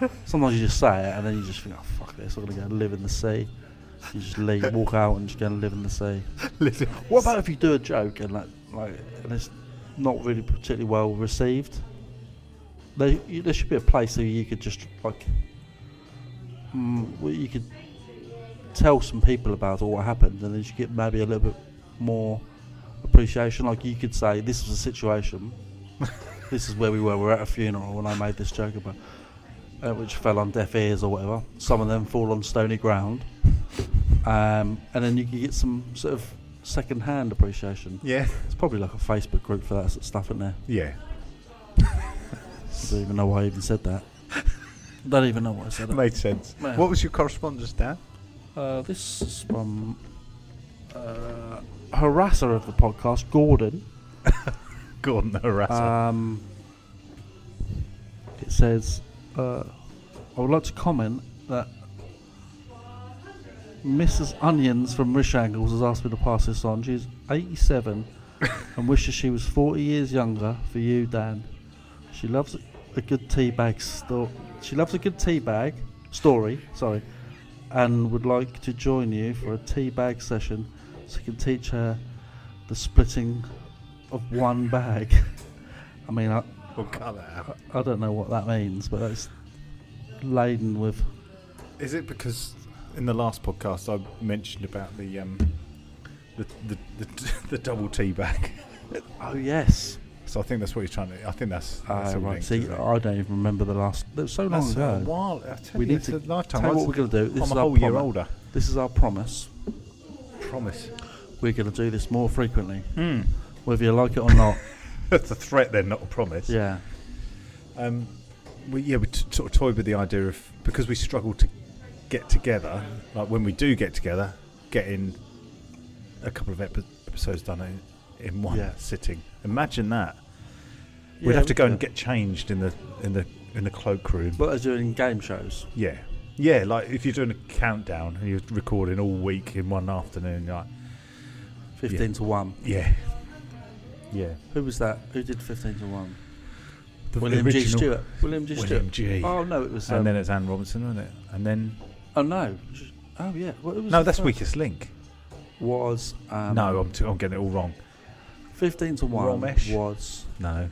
it? Sometimes you just say it and then you just think, oh, fuck this, I'm going to go live in the sea. You just leave, walk out and just go and live in the sea. Listen. What about if you do a joke and like, like and it's not really particularly well received? There, you, there should be a place where you could just like, mm, where you could tell some people about all what happened, and then you get maybe a little bit more appreciation. Like you could say, "This was a situation. this is where we were. We are at a funeral, and I made this joke about." Uh, which fell on deaf ears or whatever. Some of them fall on stony ground um, and then you can get some sort of second-hand appreciation. Yeah. It's probably like a Facebook group for that sort of stuff, isn't there? Yeah. I don't even know why I even said that. don't even know why I said it. Made sense. Man. What was your correspondence, Dan? Uh, this is from uh, harasser of the podcast, Gordon. Gordon the harasser. Um, it says, uh, I would like to comment that Mrs. Onions from Rishangles has asked me to pass this on. She's 87 and wishes she was 40 years younger for you, Dan. She loves a- a good tea bag sto- She loves a good tea bag story. Sorry, and would like to join you for a tea bag session, so you can teach her the splitting of one bag. I mean, I, we'll cut that out. I don't know what that means, but that's laden with. Is it because in the last podcast I mentioned about the um, the, the, the, the double tea bag? Oh yes. So I think that's what he's trying to. I think that's. Oh, that's Ah, all right. linked, See, isn't it? I don't even remember the last. That was so long that's ago. a while. I tell We you, need it's to- a lifetime. tell you I was- what we're gonna do. This I'm is a our whole year promise. older. This is our promise. Promise. We're going to do this more frequently, Hmm. whether you like it or not. that's a threat then, not a promise. yeah. Um, we, yeah, we t- sort of toyed with the idea of because we struggle to get together. Like when we do get together, getting a couple of epi- episodes done in, in one Yeah. sitting. Imagine that. We'd have to go and get changed in the in the in the cloakroom. But as doing game shows, Yeah. Yeah, like if you're doing a countdown and you're recording all week in one afternoon, you're like, fifteen to one. yeah. Yeah. Who was that? Who did fifteen to one? The William G. original- Stewart. William G. Stewart. William G. Oh no, it was. Um, And then it's Anne Robinson, wasn't it? And then. oh no. Oh yeah. Well, it was No, the that's first- Weakest Link. Was um, No, I'm, t- I'm getting it all wrong. fifteen to one Romesh. was. No.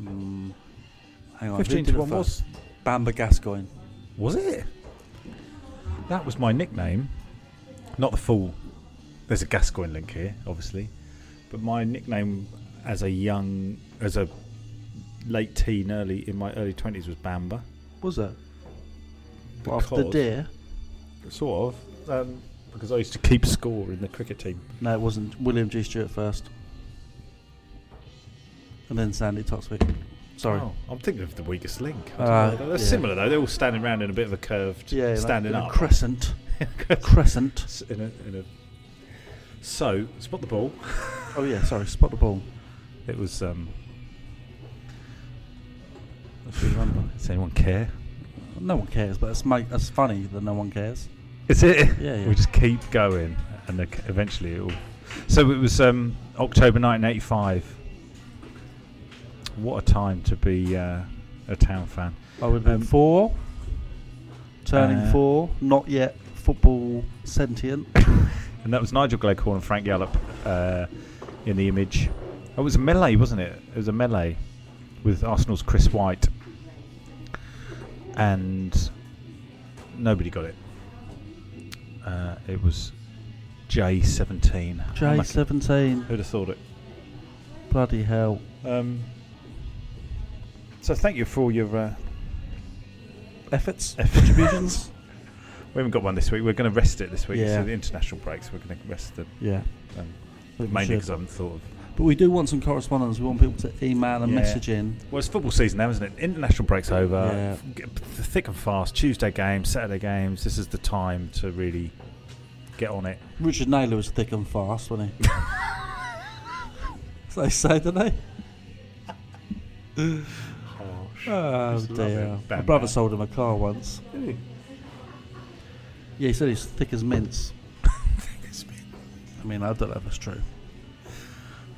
Mm, hang on. who 15 did to it 1 first? was. Bamber Gascoigne. Was it? That was my nickname not the full. There's a Gascoigne link here, obviously, but my nickname as a young, as a late teen, early in my early twenties was Bamba. Was that? After because- deer? Sort of, um, because I used to keep score in the cricket team. No, it wasn't. William G. Stewart first. And then Sandy Toksvig. Sorry. Oh, I'm thinking of the weakest link. I Ah, don't know. That's yeah. similar though. They're all standing around in a bit of a curved, Yeah, like standing in a up crescent. crescent. S- in a, in a. So spot the ball. Oh yeah, sorry. Spot the ball. It was. Um, If you remember. does anyone care? No one cares, but it's make, it's funny that no one cares. Is it? Yeah, yeah. We just keep going, and then c- eventually it will. So it was um, October 1985. What a time to be uh, a town fan. I would have Um, been four. Turning uh, four. Not yet football sentient. And that was Nigel Gleghorn and Frank Gallup uh, in the image. Oh, it was a melee, wasn't it? It was a melee with Arsenal's Chris White. And nobody got it. Uh, it was J17. J seventeen. Who'd have thought it? Bloody hell. Um, so thank you for all your uh, Efforts. contributions. we haven't got one this week. We're going to rest it this week. Yeah. So the international breaks, we're going to rest the Yeah. um, we mainly should. because I haven't thought of. But we do want some correspondence. We want people to email and Yeah. message in. Well, it's football season now, isn't it? International breaks over. Yeah. F- get p- thick and fast. Tuesday games, Saturday games. This is the time to really get on it. Richard Naylor was thick and fast, wasn't he? so they say, don't they? Oh dear! My Bam, brother bam. sold him a car once. Yeah, he said he's thick as mints. I mean, I don't know if it's true.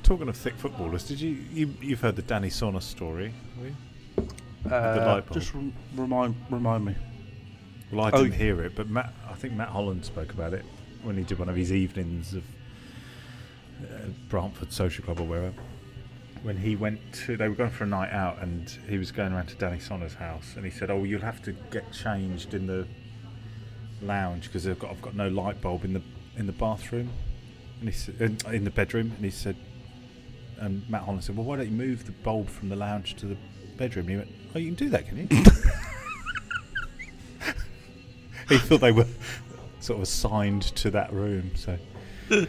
Talking of thick footballers, did you, you you've heard the Danny Saunas story? Have you? Uh, light bulb. just rem- remind remind me. Well, I Oh, didn't hear it, but Matt, I think Matt Holland spoke about it when he did one of his evenings of uh, Brantford Social Club or wherever. When he went to, they were going for a night out, and he was going around to Danny Sonner's house, and he said, "Oh, you'll have to get changed in the lounge because I've got I've got no light bulb in the in the bathroom, and he said, in, in the bedroom." And he said, and Matt Holland said, "Well, why don't you move the bulb from the lounge to the bedroom?" And he went, "Oh, you can do that, can you?" he thought they were sort of assigned to that room. So, can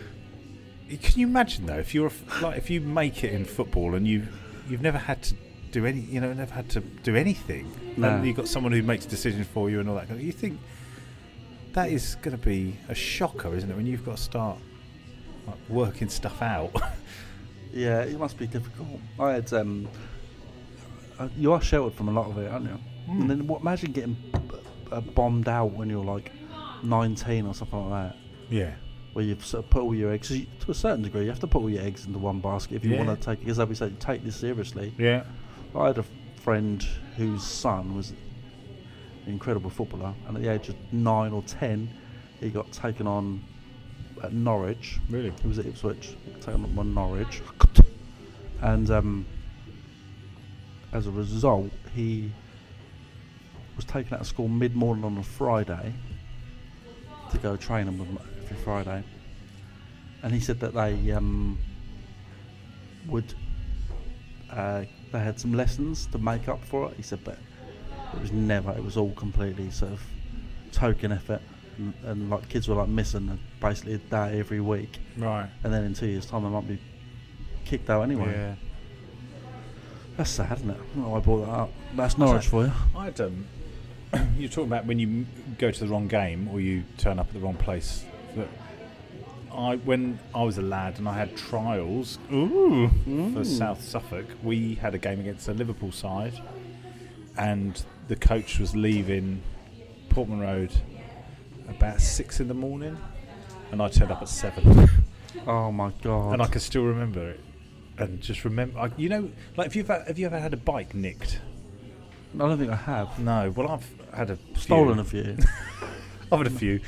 you imagine though, if you're a f- like, if you make it in football and you you've never had to do any, you know, never had to do anything, No. and you've got someone who makes decisions for you and all that, kind of- you think that is going to be a shocker, isn't it? When you've got to start like, working stuff out. Yeah, it must be difficult. I had um, uh, you are sheltered from a lot of it, aren't you? And then what, imagine getting b- uh, bombed out when you're like 19 or something like that, yeah. where you've sort of put all your eggs. 'cause you, to a certain degree, you have to put all your eggs into one basket if you Yeah. want to take. Because like we said, take this seriously. Yeah. I had a friend whose son was an incredible footballer, and at the age of nine or ten, he got taken on at Norwich. Really? He was at Ipswich, taken on by Norwich, and um, as a result, he was taken out of school mid-morning on a Friday to go training with them every Friday, and he said that they um, would uh, they had some lessons to make up for it. He said, but it was never. It was all completely sort of token effort, and, and like kids were like missing a- basically a day every week, Right. and then in two years' time they might be kicked out anyway. Yeah. That's sad, isn't it? I don't know why I brought that up. That's Norwich for you. I'd um, you're talking about when you m- go to the wrong game or you turn up at the wrong place. That I when I was a lad and I had trials ooh, for South Suffolk, we had a game against the Liverpool side, and the coach was leaving Portman Road about six in the morning, and I turned up at seven Oh my god! and I can still remember it. And just remember, I, you know, like if you've have you ever had a bike nicked? I don't think I have No. Well, I've had a stolen few. a few. I've had a few,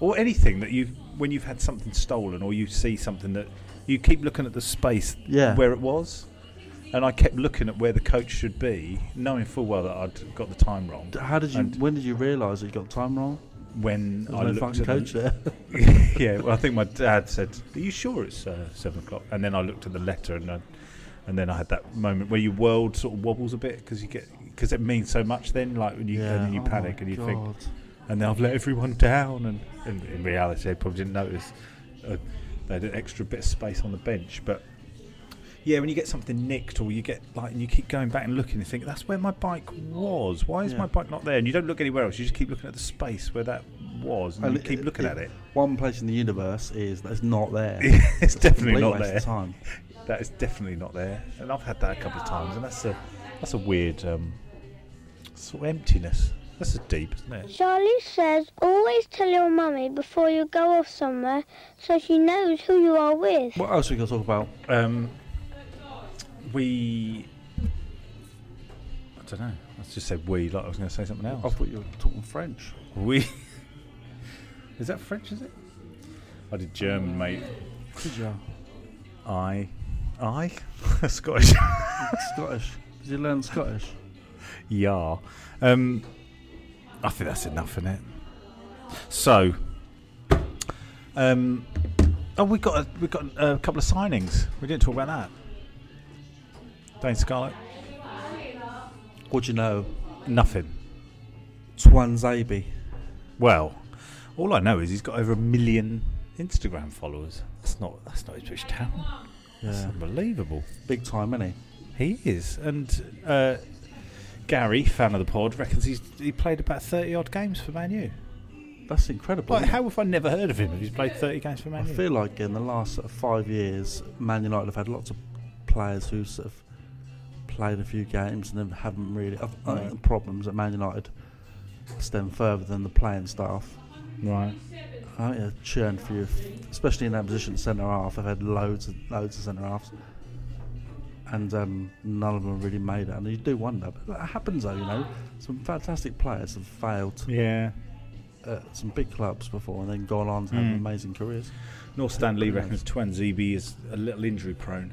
or anything that you when you've had something stolen or you see something that you keep looking at the space Yeah. where it was. And I kept looking at where the coach should be, knowing full well that I'd got the time wrong. How did you? And- when did you realise that you got time wrong? when There's I no looked fucking at coach the, there. yeah, well, I think my dad said, "Are you sure it's uh, seven o'clock?" And then I looked at the letter, and I, and then I had that moment where your world sort of wobbles a bit because you get because it means so much. Then, like when you and then you Oh my panic and you think, God. and I've let everyone down. And, and in reality, they probably didn't notice. Uh, they had an extra bit of space on the bench, but yeah, when you get something nicked or you get like, and you keep going back and looking and think that's where my bike was. Why is Yeah. my bike not there? And you don't look anywhere else. You just keep looking at the space where that was, and, And you it- keep looking at it. One place in the universe is that's not there. it's definitely Complete not waste there. of time. That is definitely not there. And I've had that a couple of times, and that's a that's a weird um, sort of emptiness. That's a deep, isn't it? Charlie says always tell your mummy before you go off somewhere so she knows who you are with. What else are we going to talk about? Um, we. I don't know. I just said we. Like I was going to say something I else. thought you were talking French. We. is that French? Is it? I did German, mate. Did you? I. I. Scottish. Scottish. Did you learn Scottish? Yeah. Um, I think that's enough, in it? So, um, oh, we got a, we got a couple of signings. We didn't talk about that. Dane Scarlett, What do you know? nothing. Twan Zabi. Well, all I know is he's got over a million Instagram followers. That's not that's not his British town. That's Yeah. unbelievable. Big time, innit? He is, and uh, Gary, fan of the pod, reckons he's he played about thirty odd games for Man U. That's incredible. Like, isn't it? how have I never heard of him? He's played 30 games for Man I U. feel like in the last sort of five years, Man United have had lots of players who sort of played a few games and then haven't really. I think Right. the problems at Man United stem further than the playing staff. right. I think they've churned for you, especially in that position centre half. I've had loads and loads of centre halves, and um, none of them really made it. And you do wonder, but that happens though, you know. Some fantastic players have failed Yeah. at some big clubs before and then gone on to have Mm. amazing careers. North Stanley reckons Twan ZB is a little injury prone,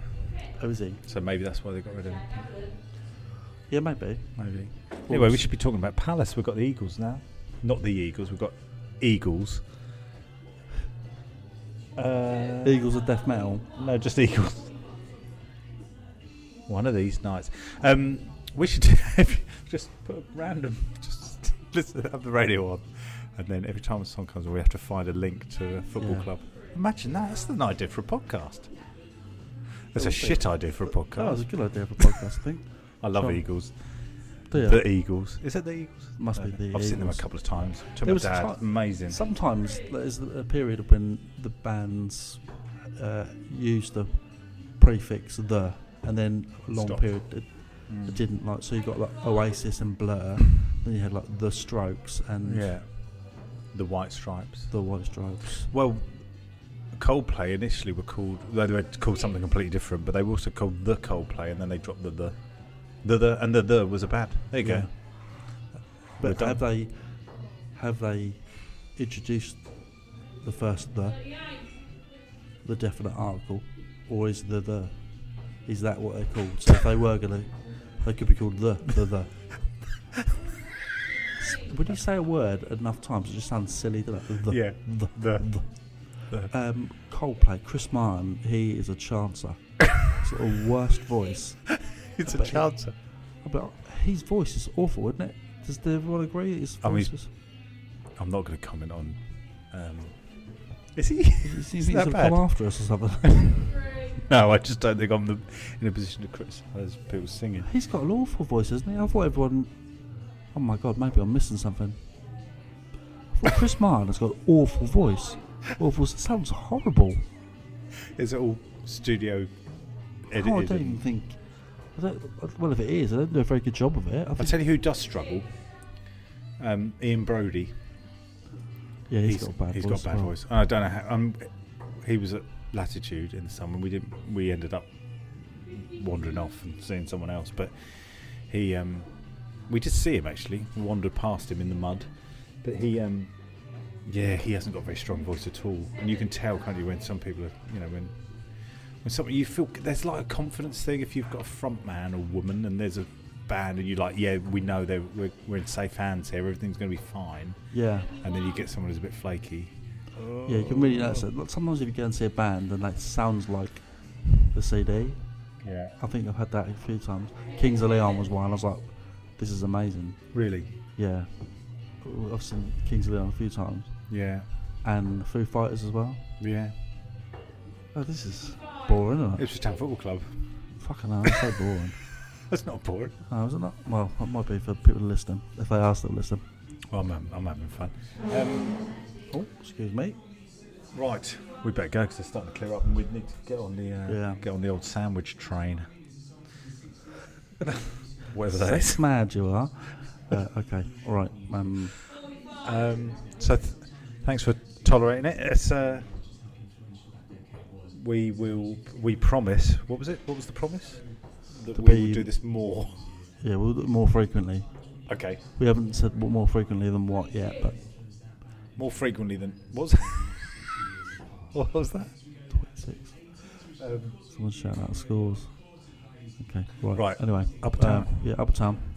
Who Oh, is he? so maybe that's why they got rid of him. Yeah, maybe. Maybe. Anyway, we should be talking about Palace. We've got the Eagles now. Not the Eagles, we've got Eagles. Uh, Eagles are death metal. no, just Eagles. One of these nights. Um, we should if you just put a random, just listen, have the radio on. And then every time a song comes on, we have to find a link to a football Yeah. club. Imagine that. That's an idea for a podcast. That's a would be. shit idea for a That was a podcast. good idea for a podcast, I think. I love Sure. Eagles. Do ya? The Eagles. Is it the Eagles? Must be No, the I've seen them a Eagles. couple of times. To There my was a dad. ti- Amazing. Sometimes there's a period when the bands uh, use the prefix the, and then a long Stop. period it, it didn't like. So you got like Oasis and Blur, then you had like the Strokes and yeah. The White Stripes. the White Stripes. Well, Coldplay initially were called they were called something completely different, but they were also called the Coldplay, and then they dropped the the the, the and the the was a bad. There you Yeah. go. We're But done. have they have they introduced the first the the definite article, or is the the is that what they're called? So if they were gonna, they could be called the the the. S- When you say a word enough times, it just sounds silly, doesn't it? The, Yeah. The, The- the. Um, Coldplay, Chris Martin, he is a chancer. sort of worst voice. It's a But- chance. But his voice is awful, isn't it? Does everyone agree? His I mean, voice is- I'm not going to comment on. Um, is he? Is Is he going that to bad? come after us or something? No, I just don't think I'm the, in a position to criticise people singing. He's got an awful voice, hasn't he? I thought everyone. Oh my god, maybe I'm missing something. I thought Chris Martin has got an awful voice. Awful. It sounds horrible. Is it all studio edited? Oh, I don't and- even think. I don't, well, if it is, I don't do a very good job of it. I I'll think, tell you who does struggle. Um, Ian Brody. yeah, he's got a bad he's voice. got a as bad well. voice. And I don't know how. Um, he was at Latitude in the summer. and We didn't. We ended up wandering off and seeing someone else. But he, um, we did see him actually. We wandered past him in the mud. But he, um, yeah, he hasn't got a very strong voice at all. And you can tell, can't you, when some people are, you know, when when something you feel there's like a confidence thing if you've got a front man or woman and there's a band and you're like, yeah, we know they're, we're, we're in safe hands here, everything's going to be fine. Yeah. And then you get someone who's a bit flaky. Yeah, you can really Oh. notice it. Look, Sometimes if you go and see a band and that sounds like the CD, Yeah. I think I've had that a few times. Kings of Leon was one. I was like, this is amazing. Really? Yeah. I've seen Kings of Leon a few times. Yeah. And Foo Fighters as well. Yeah. Oh, this is boring, isn't It it? was just town football club. Fucking hell, it's so boring. That's not boring. No, is it not? Well, it might be for people listening, if they are still listening. Well, I'm, I'm having fun. Um, Oh, excuse me. right, we better go because they're starting to clear up, and we need to get on the uh, Yeah. get on the old sandwich train. Whatever that is. That's mad you are. Uh, okay, all right. Um, Um, so, th- thanks for tolerating it. It's, uh, we will. We promise. What was it? What was the promise? That To we will be- do this more. yeah, we'll do it more frequently. Okay, We haven't said what more frequently than what yet, but more frequently than what was. what was that? 26. Someone's shouting out scores. Okay, right. Right, Anyway, Uptown. Um, yeah, Uptown.